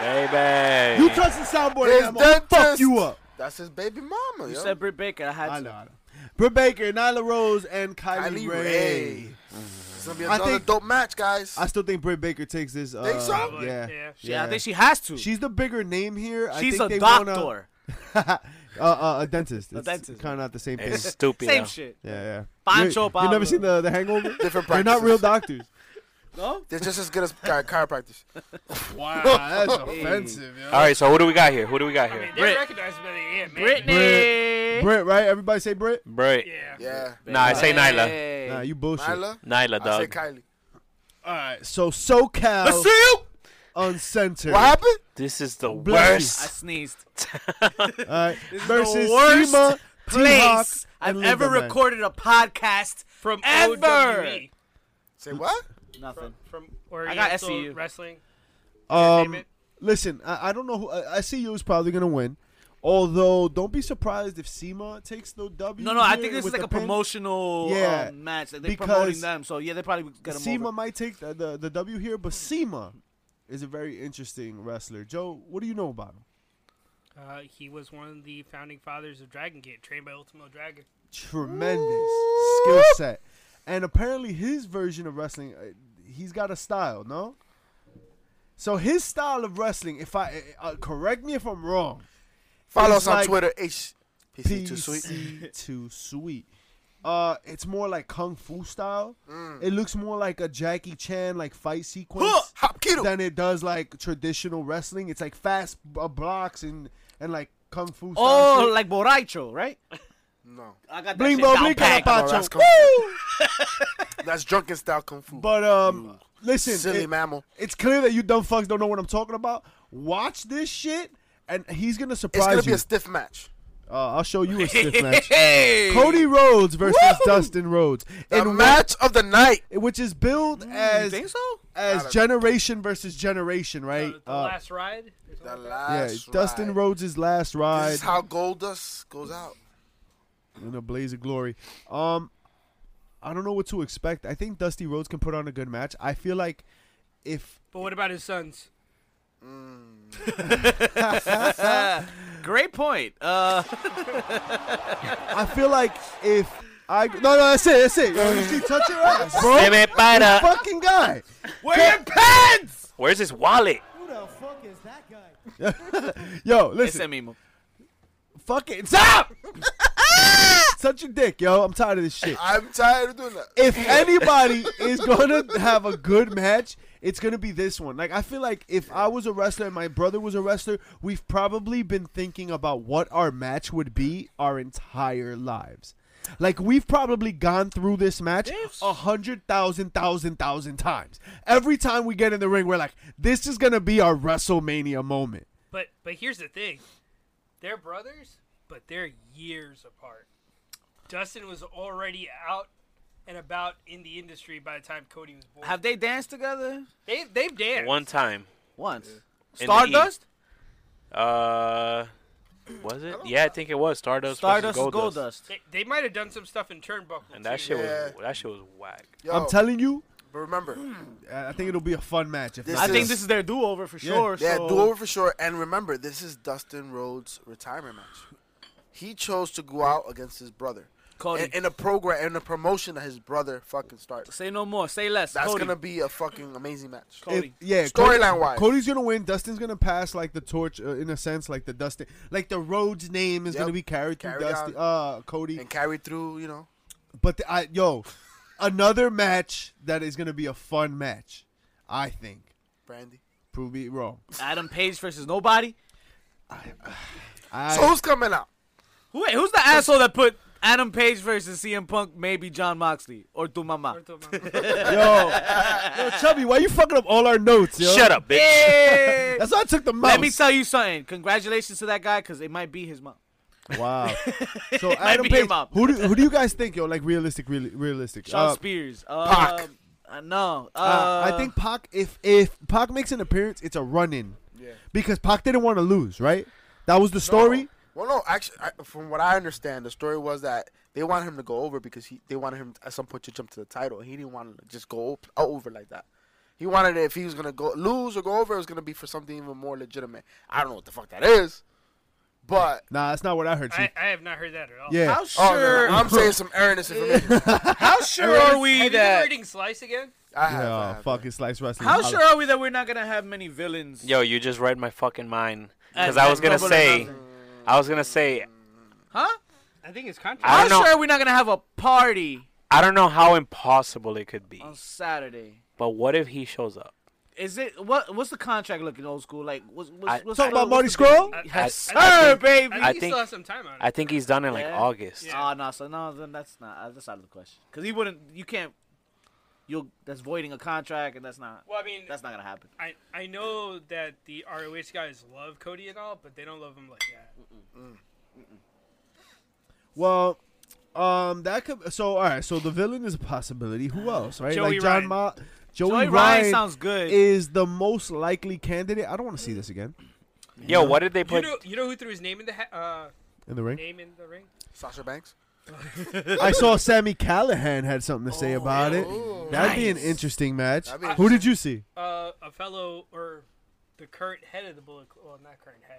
S5: Baby.
S2: You trust the soundboard?
S3: His
S2: and I'm gonna fuck
S3: dentist.
S2: you up.
S3: That's his baby mama.
S1: You
S3: yo.
S1: said Britt Baker. I had
S2: I
S1: to.
S2: know. I know. Britt Baker, Nyla Rose, and Kylie,
S3: Kylie
S2: Ray.
S3: Ray. It's gonna be
S2: I
S3: another
S2: think-
S3: dope match, guys.
S2: Mm-hmm. I still think Britt Baker takes this. Uh,
S3: Think so?
S4: Probably,
S2: Yeah.
S4: yeah.
S1: She, I think she has to.
S2: She's the bigger name here. I
S1: She's
S2: think
S1: a
S2: they
S1: doctor.
S2: Wanna, (laughs) uh, uh, a dentist. It's
S1: dentist.
S2: Kind of not the same thing.
S5: It's stupid.
S1: Same
S5: though.
S1: shit.
S2: Yeah, yeah. You-
S1: Pancho
S2: you
S1: Pablo.
S2: never seen the, the
S3: (laughs)
S2: Hangover?
S3: Different
S2: They're not
S3: practices.
S2: real
S3: (laughs)
S2: doctors.
S1: No.
S3: They're just as good as
S2: (laughs)
S3: chi- chiropractors.
S2: Wow, that's offensive.
S5: All right. So who do we got here? Who do we got
S4: (laughs) I mean,
S5: here?
S4: they're
S1: Brit-
S4: recognized by the AM, man.
S1: Brittany.
S2: Britt, right? Everybody say Britt.
S5: Brit.
S4: Yeah.
S3: Yeah.
S5: Nah, I say Nyla.
S1: Hey.
S2: Nah, you bullshit.
S3: Nyla.
S5: Nyla,
S3: I say
S5: dog.
S3: Kylie.
S2: All right, so SoCal Uncensored.
S3: What happened?
S5: This is the
S2: Bless
S1: I
S5: worst.
S1: sneezed.
S2: All
S5: (laughs)
S2: right,
S1: This is
S2: versus
S1: the worst
S2: Seema, T-Hawk,
S1: place I've
S2: and
S1: ever
S2: Linda, man.
S1: recorded a podcast
S4: From
S1: Ever.
S4: OWE.
S3: Say what?
S1: E. Nothing.
S4: From
S1: got
S4: Oriental
S1: SCU.
S4: Wrestling. Name
S2: Um,
S4: it.
S2: listen, I, I don't know. Who, I, I see you is probably gonna win. Although, don't be surprised if SEMA takes the W.
S1: No, no, I
S2: here
S1: think this is like
S2: with the
S1: a
S2: pin.
S1: promotional
S2: Yeah,
S1: um, match. Like they're
S2: because
S1: promoting them, so yeah, they probably get them
S2: SEMA
S1: over.
S2: might take the, the the W here, but SEMA is a very interesting wrestler. Joe, what do you know about him?
S4: Uh, he was one of the founding fathers of Dragon Gate, trained by Ultimo Dragon.
S2: Tremendous skill set, and apparently his version of wrestling, uh, he's got a style, no. So his style of wrestling, if I uh, correct me if I'm wrong,
S3: Follow
S2: It's
S3: us on
S2: like-
S3: Twitter. HPC too sweet.
S2: PC
S3: (laughs)
S2: too sweet. Uh, it's more like kung fu style.
S3: Mm.
S2: It looks more like a Jackie Chan like fight sequence
S3: Hopkido.
S2: than it does like traditional wrestling. It's like fast b- blocks and and like kung fu. Style
S1: Oh,
S2: shit.
S1: like Borracho, right?
S3: No.
S1: I got that
S2: bling
S1: shit
S2: bling
S1: down
S2: bling
S1: pat.
S3: No,
S2: calapacho.
S3: that's kung fu. That's drunken style kung fu.
S2: But um, listen,
S3: Silly
S2: it-
S3: mammal.
S2: it's clear that you dumb fucks don't know what I'm talking about. Watch this shit, and he's gonna
S3: It's
S2: surprise
S3: gonna be
S2: you.
S3: a stiff match.
S2: Uh, I'll show you a
S3: (laughs)
S2: stiff match.
S5: Hey!
S2: Cody Rhodes versus Dustin Rhodes,
S3: The Mm,
S2: in
S3: match of the night.
S2: whi- which is billed
S1: you
S2: as
S1: think so?
S2: as generation versus generation, right?
S4: The, the
S2: Uh,
S4: last ride. or something
S3: The
S4: like that?
S2: yeah,
S3: last
S2: Dustin
S3: ride.
S2: Rhodes' last
S3: This
S2: ride
S3: is how Goldust goes out.
S2: in a blaze of glory. Um, I don't know what to expect. I think Dusty Rhodes can put on a good match. I feel like if
S4: But what about his sons?
S1: Great point. Uh,
S2: I feel like if I no no that's it that's it. Yo, you keep touching your
S3: (laughs)
S2: ass, bro.
S5: Give it back
S2: You
S5: up.
S2: fucking guy.
S1: wear your pants.
S5: Where's his wallet?
S6: Who the fuck is that guy?
S2: Yo,
S1: Ese
S2: listen,
S1: mismo.
S2: fuck it, stop. (laughs) Such a dick, yo. I'm tired of this shit.
S3: I'm tired of doing that.
S2: if
S1: (laughs)
S2: anybody is gonna have a good match, it's gonna be this one. Like I feel like if I was a wrestler and my brother was a wrestler, we've probably been thinking about what our match would be our entire lives. Like we've probably gone through this match a hundred thousand, thousand, thousand times. Every time we get in the ring, we're like, "This is gonna be our WrestleMania moment."
S4: But but here's the thing, they're brothers, but they're years apart. Dustin was already out and about in the industry by the time Cody was born.
S1: Have they danced together
S4: they they've danced
S5: One time.
S1: once?
S5: In the
S1: Stardust.
S5: Uh, was it? Yeah, I think it was Stardust.
S1: Stardust is
S5: versus Goldust.
S1: Goldust.
S4: They, they might have done some stuff in Turnbuckle.
S5: And that (laughs)
S4: too.
S5: shit was
S3: Yeah.
S5: that shit was whack.
S3: Yo,
S2: I'm Hmm, telling you,
S3: but remember,
S2: I I think it'll be a fun match. If
S3: This
S1: I
S2: not-
S1: think this is their do-over for
S2: Yeah.
S1: sure.
S3: yeah,
S1: so
S3: do over for sure. And remember, this is Dustin Rhodes' retirement match. He chose to go out against his brother
S1: Cody.
S3: in, in a program in a promotion that his brother fucking started.
S1: Say no more. Say less.
S3: That's
S1: Cody.
S3: gonna be a fucking amazing match.
S2: If-
S1: Cody.
S2: yeah,
S3: Storyline wise.
S2: Cody's gonna win. Dustin's gonna pass like the torch uh, in a sense, like the Dustin, like the Rhodes name is
S3: Yep.
S2: gonna be carried through
S3: Carried
S2: Dustin, uh, Cody.
S3: And carry through, you know.
S2: But the, I, yo, another match that is gonna be a fun match, I think.
S3: Brandy.
S2: Prove me wrong.
S1: Adam Page versus nobody.
S2: I,
S3: so who's coming out?
S1: Who, wait, who's the asshole that put Adam Page versus CM Punk? Maybe John Moxley or Tu Mama.
S2: yo, yo, chubby, why you fucking up all our notes? Yo?
S5: Shut up, bitch.
S1: Hey!
S2: That's why I took the mouse.
S1: Let me tell you something. Congratulations to that guy because it might be his mom.
S2: wow. So Adam
S1: be your
S2: Page,
S1: mom.
S2: who do who do you guys think? Yo, like realistic, really, realistic.
S1: Sean
S2: Uh,
S1: Spears. Uh,
S3: Pac.
S1: uh, no. Uh,
S2: Uh, I think Pac. If if Pac makes an appearance, it's a run in.
S3: Yeah.
S2: Because Pac didn't want to lose, right? That was the story.
S3: Well, no, actually, I, from what I understand, the story was that they wanted him to go over because he they wanted him at some point to jump to the title. He didn't want to just go op- over like that. He wanted it if he was gonna go lose or go over, it was gonna be for something even more legitimate. I don't know what the fuck that is, but
S2: Nah, that's not what I heard. Chief.
S4: I, I have not heard that at all.
S2: yeah.
S1: How
S3: oh, no,
S1: sure?
S3: no,
S2: (laughs)
S3: I'm
S1: (laughs)
S3: saying some erroneous information.
S1: How sure are
S4: Have
S1: we
S4: you been
S1: that?
S4: reading Slice again?
S3: I have, I
S2: yeah,
S3: have.
S2: fucking slice wrestling.
S1: How
S2: Holla.
S1: sure are we that we're not gonna have many villains?
S5: Yo, you just read my fucking mind because
S1: At-
S5: I was
S1: at
S5: gonna
S1: Double or
S5: say,
S1: Nothing.
S5: I was gonna say,
S1: huh?
S4: I think it's contract.
S5: I
S1: How
S5: don't know,
S1: sure are we not gonna have a party
S5: I don't know how impossible it could be.
S1: on Saturday?
S5: But what if he shows up?
S1: Is it what? What's the contract looking old school? Like what's
S5: I-
S1: what's, what's
S2: Talking
S1: the-
S2: about
S1: what's
S2: Marty
S1: the deal?
S2: Scroll?
S1: Yes,
S5: I- I
S1: sir,
S5: think-
S1: baby.
S4: I think
S5: I
S4: he
S5: think-
S4: still has some time on it.
S5: I think he's done in like
S1: Yeah.
S5: August.
S4: Yeah.
S1: Oh no, so no, then that's not uh, that's out of the question. Because he wouldn't. You can't. You'll that's voiding a contract, and that's not
S4: well, I mean,
S1: that's not gonna happen.
S4: I, I know that the ROH guys love Cody and all, but they don't love him like that.
S2: Well, um, that could. So all right. So the villain is a possibility. Who else? Right?
S4: Joey
S2: like John
S4: Ryan.
S2: Ma. Joey,
S1: Joey Ryan,
S2: Ryan
S1: sounds good.
S2: is the most likely candidate. I don't want to see this again
S5: Yo, what did they
S4: You
S5: put?
S4: know, you know who threw his name in the ha- uh,
S2: in the
S3: (laughs)
S2: ring.
S4: name in the ring?
S3: Sasha Banks.
S2: I saw Sammy Callahan had something to say about it. That'd be an
S1: Oh, Nice.
S2: interesting match.
S3: That'd be
S2: Who did you see?
S4: Uh, a fellow or the current head of the Bullet Club. Well, not current head.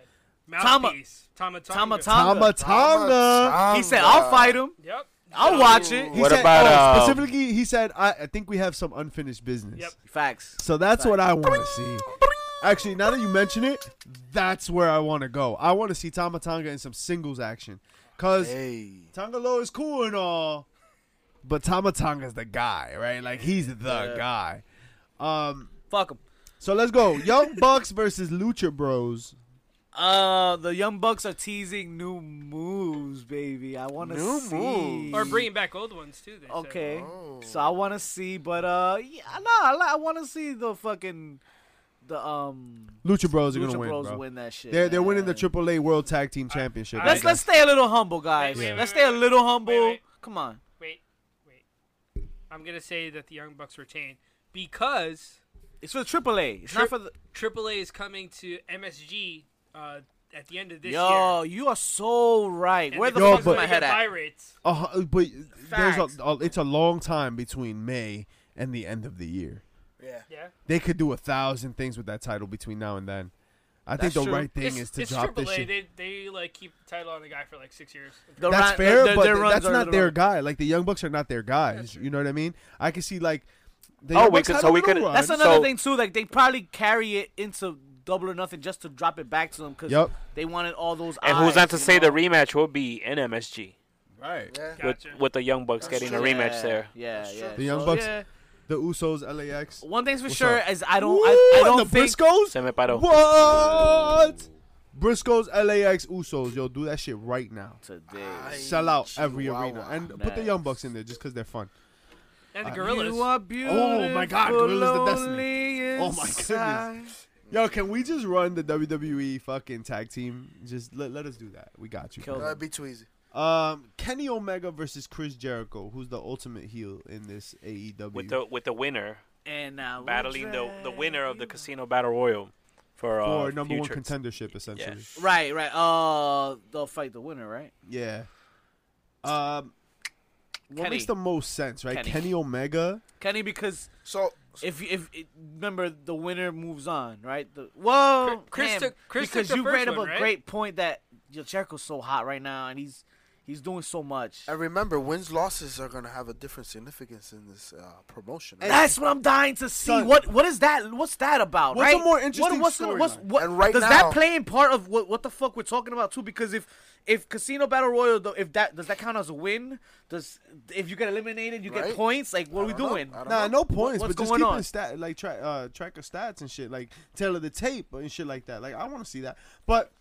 S1: Tama.
S4: Mouthpiece. Tama.
S1: Tama
S4: Tonga.
S1: Tonga.
S2: Tama Tonga.
S1: He said, "I'll fight him.
S4: Yep.
S1: I'll watch it."
S2: He
S5: What
S2: said-
S5: about,
S2: oh,
S5: um,
S2: specifically? He said, I, "I think we have some unfinished business."
S4: Yep.
S1: Facts.
S2: So that's what I want to see. Actually, now that you mention it, that's where I want to go. I want to see Tama Tonga in some singles action, cause
S3: Hey.
S2: Tonga Lo is cool and all, but Tama Tonga's the guy, right? Like he's the guy. Um,
S1: Fuck him.
S2: so let's go. Young Bucks versus Lucha Bros.
S1: Uh, the Young Bucks are teasing new moves, baby. I want to
S3: New
S1: see.
S3: moves.
S4: Or bringing back old ones too. They said.
S1: Okay.
S3: Oh.
S1: So I want to see, but uh, yeah, no, I, li- I want to see the fucking the um
S2: Lucha Bros are
S1: Lucha
S2: gonna win,
S1: Bros
S2: bro.
S1: win that shit.
S2: They're they're winning the
S1: man.
S2: AAA World Tag Team Championship.
S4: I-
S1: Let's
S2: There
S1: let's stay a little humble, guys.
S4: wait,
S1: let's
S4: wait,
S1: stay a
S4: wait,
S1: little
S4: wait,
S1: humble.
S4: wait.
S1: Come on.
S4: Wait, wait. I'm gonna say that the Young Bucks retain because
S1: It's for the AAA. It's not
S4: Trip-
S1: for the
S4: AAA is coming to MSG uh, at the end of this
S1: Yo,
S4: year.
S1: you are so right.
S4: And
S1: Where the
S4: they're
S2: Yo,
S1: fuck is
S2: but-
S4: gonna
S1: my head
S4: get
S1: at?
S4: Pirates.
S2: go. Uh, but
S7: Facts.
S2: there's a, a it's a long time between May and the end of the year.
S3: Yeah.
S4: Yeah.
S2: They could do a thousand things with that title between now and then. I
S1: That's
S2: think the
S1: true.
S2: right thing
S4: it's,
S2: is to
S4: it's
S2: drop
S4: AAA.
S2: this shit.
S4: They they like keep the title on the guy for like six years.
S1: The
S2: that's
S1: run-
S2: fair,
S1: the-
S2: but
S1: their
S2: th-
S1: runs
S2: that's
S1: are
S2: not
S1: the
S2: their
S1: run-
S2: guy. Like the Young Bucks are not their guys. You know what I mean? I can see like. The
S5: Oh,
S2: Young
S5: we
S2: Bucks
S5: could-
S2: had
S5: so
S2: a
S5: we
S2: little
S5: could-
S2: run.
S1: That's another
S5: So-
S1: thing too. Like they probably carry it into double or nothing just to drop it back to them because
S2: Yup.
S1: they wanted all those.
S5: And who's not
S1: eyes,
S5: to
S1: you
S5: say the
S1: know?
S5: rematch will be in MSG
S2: right.
S3: Yeah.
S5: with
S4: Gotcha.
S5: with the Young Bucks
S3: That's
S5: getting
S3: true.
S5: a rematch there.
S1: Yeah,
S3: That's
S1: yeah.
S3: true.
S2: The Young
S1: So,
S2: Bucks-
S1: yeah.
S2: The Usos, LAX.
S1: One thing's for
S2: What's
S1: sure
S2: up?
S1: is I don't I, I
S2: Ooh,
S1: don't
S2: and the
S1: think
S2: Briscoes.
S5: Semipato.
S2: What? Briscoes, LAX, Usos, yo, do that shit right now.
S1: today.
S2: Sell out every
S3: Chihuahua.
S2: arena and put the Young Bucks in there just because they're fun.
S4: And the
S1: Uh, You
S4: Gorillas.
S1: are beautiful.
S2: Oh my God, Gorillas the Destiny.
S1: lonely
S2: Oh my goodness.
S1: inside.
S2: Yo, can we just run the WWE fucking tag team? Just let, let us do that. We got you.
S1: Kill
S3: That'd be too easy.
S2: Um, Kenny Omega versus Chris Jericho, who's the ultimate heel in this E AEW.
S5: With the uh, with the winner
S1: And uh,
S5: battling the the winner of the Casino Battle Royal for, uh,
S2: for number
S5: future.
S2: one contendership, essentially.
S1: Right, right. Uh, they'll fight the winner, right?
S2: Yeah. Um, what
S1: Kenny.
S2: makes the most sense, right?
S1: Kenny.
S2: Kenny, Omega.
S1: Kenny, because
S3: So
S1: if if it, remember the winner moves on, right? The whoa,
S4: Chris
S1: damn,
S4: took- Chris took
S1: because
S4: the
S1: you
S4: first
S1: brought up
S4: one,
S1: a
S4: right?
S1: great point that Yo, Jericho's so hot right now, and he's he's doing so much.
S3: and remember, wins losses are gonna have a different significance in this uh, promotion. right?
S1: That's what I'm dying to see.
S2: Son.
S1: what what is that? What's that about?
S2: What's a
S1: right?
S2: more interesting
S1: what's, gonna- what's,
S2: storyline?
S1: what,
S3: And right
S1: does
S3: now-
S1: that play in part of what what the fuck we're talking about too? Because if if Casino Battle Royal, though, if that does that count as a win? Does if you get eliminated, you
S3: Right.
S1: get points? Like what are we
S3: I don't know.
S1: doing?
S3: I don't
S2: Nah,
S3: know.
S2: no points,
S1: what's
S2: but just
S1: going
S2: keeping
S1: on?
S2: stat like tra- uh, track of stats and shit, like tail of the tape and shit like that. Like I want to see that. But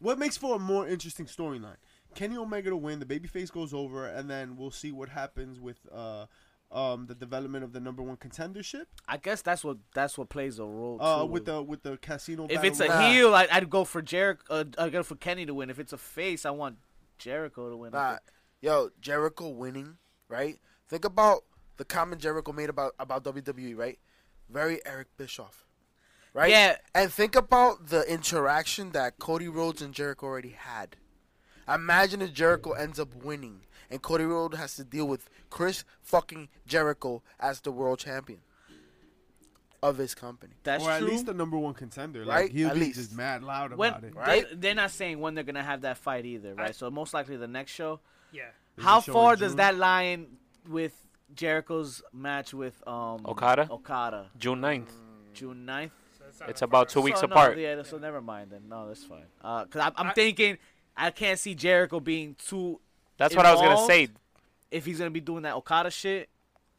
S2: what makes for a more interesting storyline? Kenny Omega to win, the babyface goes over, and then we'll see what happens with uh, um, the development of the number one contendership
S1: I guess that's what that's what plays a role.
S2: uh,
S1: too.
S2: with the with the casino.
S1: If
S2: battle
S1: it's a
S2: royale.
S3: Nah.
S1: heel, I, I'd go for Jericho. Uh, I'd go for Kenny to win. If it's a face, I want Jericho to win.
S3: Nah, yo, Jericho winning, right? Think about the comment Jericho made about about WWE, right? Very Eric Bischoff, right?
S1: Yeah.
S3: And think about the interaction that Cody Rhodes and Jericho already had. Imagine if Jericho ends up winning, and Cody Rhodes has to deal with Chris fucking Jericho as the world champion of his company.
S1: That's
S2: or at
S1: true.
S2: least the number one contender.
S3: Right?
S2: Like he'll
S3: At
S2: be
S3: least.
S2: just mad loud
S1: when
S2: about it.
S1: they,
S3: right?
S1: they're not saying when they're gonna have that fight either, right? so most likely the next show.
S4: Yeah.
S1: How
S2: the show
S1: far
S2: in
S1: does
S2: June?
S1: that line with Jericho's match with um
S5: Okada?
S1: Okada,
S5: June 9th.
S3: Mm.
S1: June 9th?
S4: So that's not
S5: It's
S4: that
S5: about
S4: far
S5: two
S4: off.
S5: weeks
S1: so, no,
S5: apart.
S1: yeah, so never mind then. No, that's fine. Uh, cause I, I'm
S4: I-
S1: thinking I can't see Jericho being too
S5: That's what I was gonna
S1: involved?
S5: say.
S1: if he's gonna be doing that Okada shit.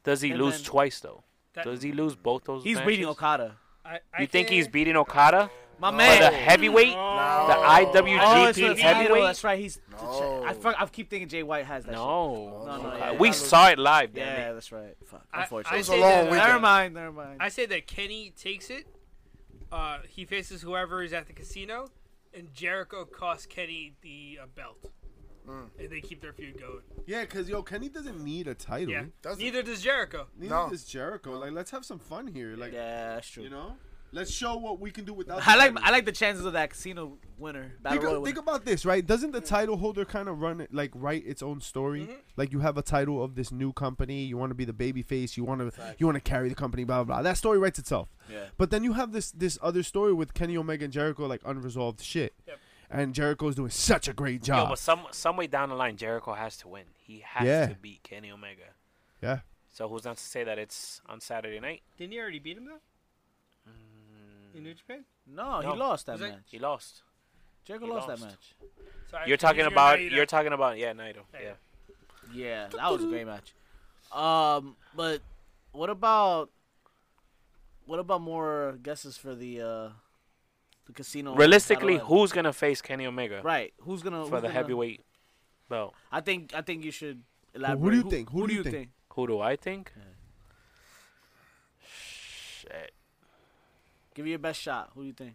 S5: Does he
S1: And
S5: lose
S1: then-
S5: twice though?
S4: That-
S5: Does he lose both those?
S1: He's
S5: matches?
S1: beating Okada.
S4: I, I
S5: You think
S4: can't-
S5: he's beating Okada?
S1: My
S5: For the
S1: man.
S5: heavyweight, the
S1: Oh, it's
S5: IWGP
S1: for the title.
S5: heavyweight.
S1: That's right. He's.
S3: No.
S1: I, fuck, I keep thinking Jay White has that. Shit.
S5: No,
S1: No, no,
S5: Okada.
S1: yeah,
S5: we
S1: yeah.
S5: saw it live. Damn
S1: Yeah,
S5: it.
S1: that's right. Fuck.
S4: I-
S1: Unfortunately.
S4: I
S3: It's a
S4: say
S3: long
S4: that-
S3: weekend.
S1: never mind. Never mind.
S4: I say that Kenny takes it. Uh, he faces whoever is at the casino, and Jericho costs Kenny the uh, belt,
S3: Hmm.
S4: and they keep their feud going.
S2: Yeah, because yo, Kenny doesn't need a title.
S4: Yeah.
S3: doesn't-
S4: Neither does Jericho.
S2: Neither
S3: No.
S2: does Jericho. Like, let's have some fun here. Like,
S1: yeah, that's true.
S2: you know, let's show what we can do without.
S1: (laughs) I
S2: the
S1: like
S2: title.
S1: I like the chances of that casino winner. Battle
S2: Think,
S1: Royal
S2: of,
S1: winner.
S2: think about this, right? Doesn't the title holder kind of run it, like write its own story? Like you have a title of this new company, you want to be the baby face, you want to you want to carry the company, blah blah blah. That story writes itself.
S1: Yeah.
S2: But then you have this this other story with Kenny Omega and Jericho, like unresolved shit.
S4: Yep.
S2: And Jericho's doing such a great
S5: Yo,
S2: job.
S5: but some some way down the line, Jericho has to win. He has
S2: Yeah.
S5: to beat Kenny Omega.
S2: yeah.
S5: So who's not to say that it's on Saturday night?
S4: Didn't he already beat him though?
S5: Mm.
S4: In New Japan.
S1: No,
S5: No.
S1: he lost that
S4: Was it-
S1: match.
S5: He lost.
S1: Jericho
S5: he
S1: lost, that
S5: lost.
S1: match.
S4: So I
S5: You're
S4: have to
S5: talking
S4: use your
S5: about
S4: Naito.
S5: you're talking about yeah, Naito.
S4: Yeah.
S5: Yeah.
S1: Yeah, that was a great match. Um, but what about what about more guesses for the uh the casino?
S5: Realistically,
S1: battle royal?
S5: who's gonna face Kenny Omega
S1: right? Who's gonna
S5: for
S1: who's
S5: the
S1: gonna-
S5: heavyweight belt?
S1: I think I think you should elaborate.
S2: do you think?
S1: Who, do you think?
S5: Who do I think? Shit.
S1: Give it your best shot. Who do you think?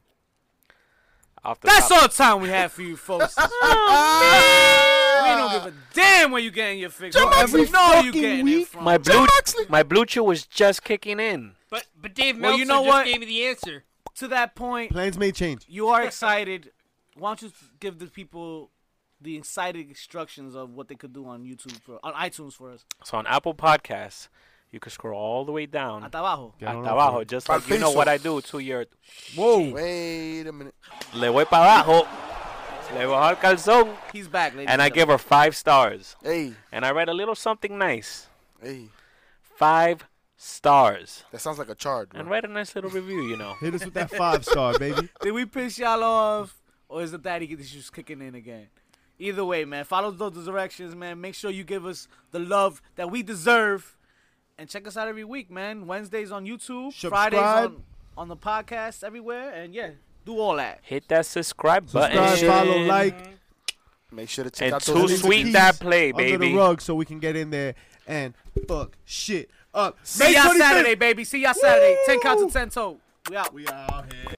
S5: Off the
S1: That's all
S5: top.
S1: the time we have for you
S5: (laughs)
S1: folks. we don't give a damn where you getting your fix.
S3: Joe
S1: from.
S3: Every
S1: we know you
S2: fucking
S1: getting it
S2: week,
S1: from.
S5: My
S3: Joe
S5: blue,
S3: Moxley.
S5: my blue chew was just kicking in.
S4: But but Dave Meltzer
S1: Well, you know
S4: just
S1: what?
S4: gave me the answer.
S1: to that point,
S2: Plans may change.
S1: you
S5: (laughs)
S1: are excited. Why don't you give the people the excited instructions of what they could do on YouTube for on iTunes for us?
S5: So on Apple Podcasts, you can scroll all the way down.
S1: Hasta abajo.
S2: Get on
S5: hasta
S2: up,
S5: abajo,
S2: man.
S5: just
S3: I
S5: like you
S3: think
S5: know
S3: so.
S5: what I do to your
S2: Whoa.
S3: Wait a minute.
S5: le voy para abajo, le bajo al calzón,
S1: He's back, ladies.
S5: and I give her five stars.
S3: Hey,
S5: And I write a little something nice,
S3: hey.
S5: five stars,
S3: That sounds like a charge.
S5: and
S3: Bro.
S5: write a nice little review. You know,
S2: Hit us with that five star, baby.
S1: Did we piss y'all off, or is the daddy get- just kicking in again? Either way, man, follow those directions, man. Make sure you give us the love that we deserve, and check us out every week, man. Wednesdays on YouTube, Fridays
S2: Subscribe.
S1: on, on the podcast, everywhere, and yeah, do all that.
S5: hit that subscribe button.
S2: Subscribe, follow, like,
S3: Make sure to check
S5: And
S3: out
S5: too
S3: those links.
S5: sweet
S2: keys
S5: that play,
S2: under
S5: baby.
S2: the rug so we can get in there and fuck shit up.
S1: See
S2: May
S1: y'all
S2: 25th.
S1: Saturday, baby. See y'all Saturday. Ten
S2: Woo!
S1: counts of ten toe. We out.
S2: We out here.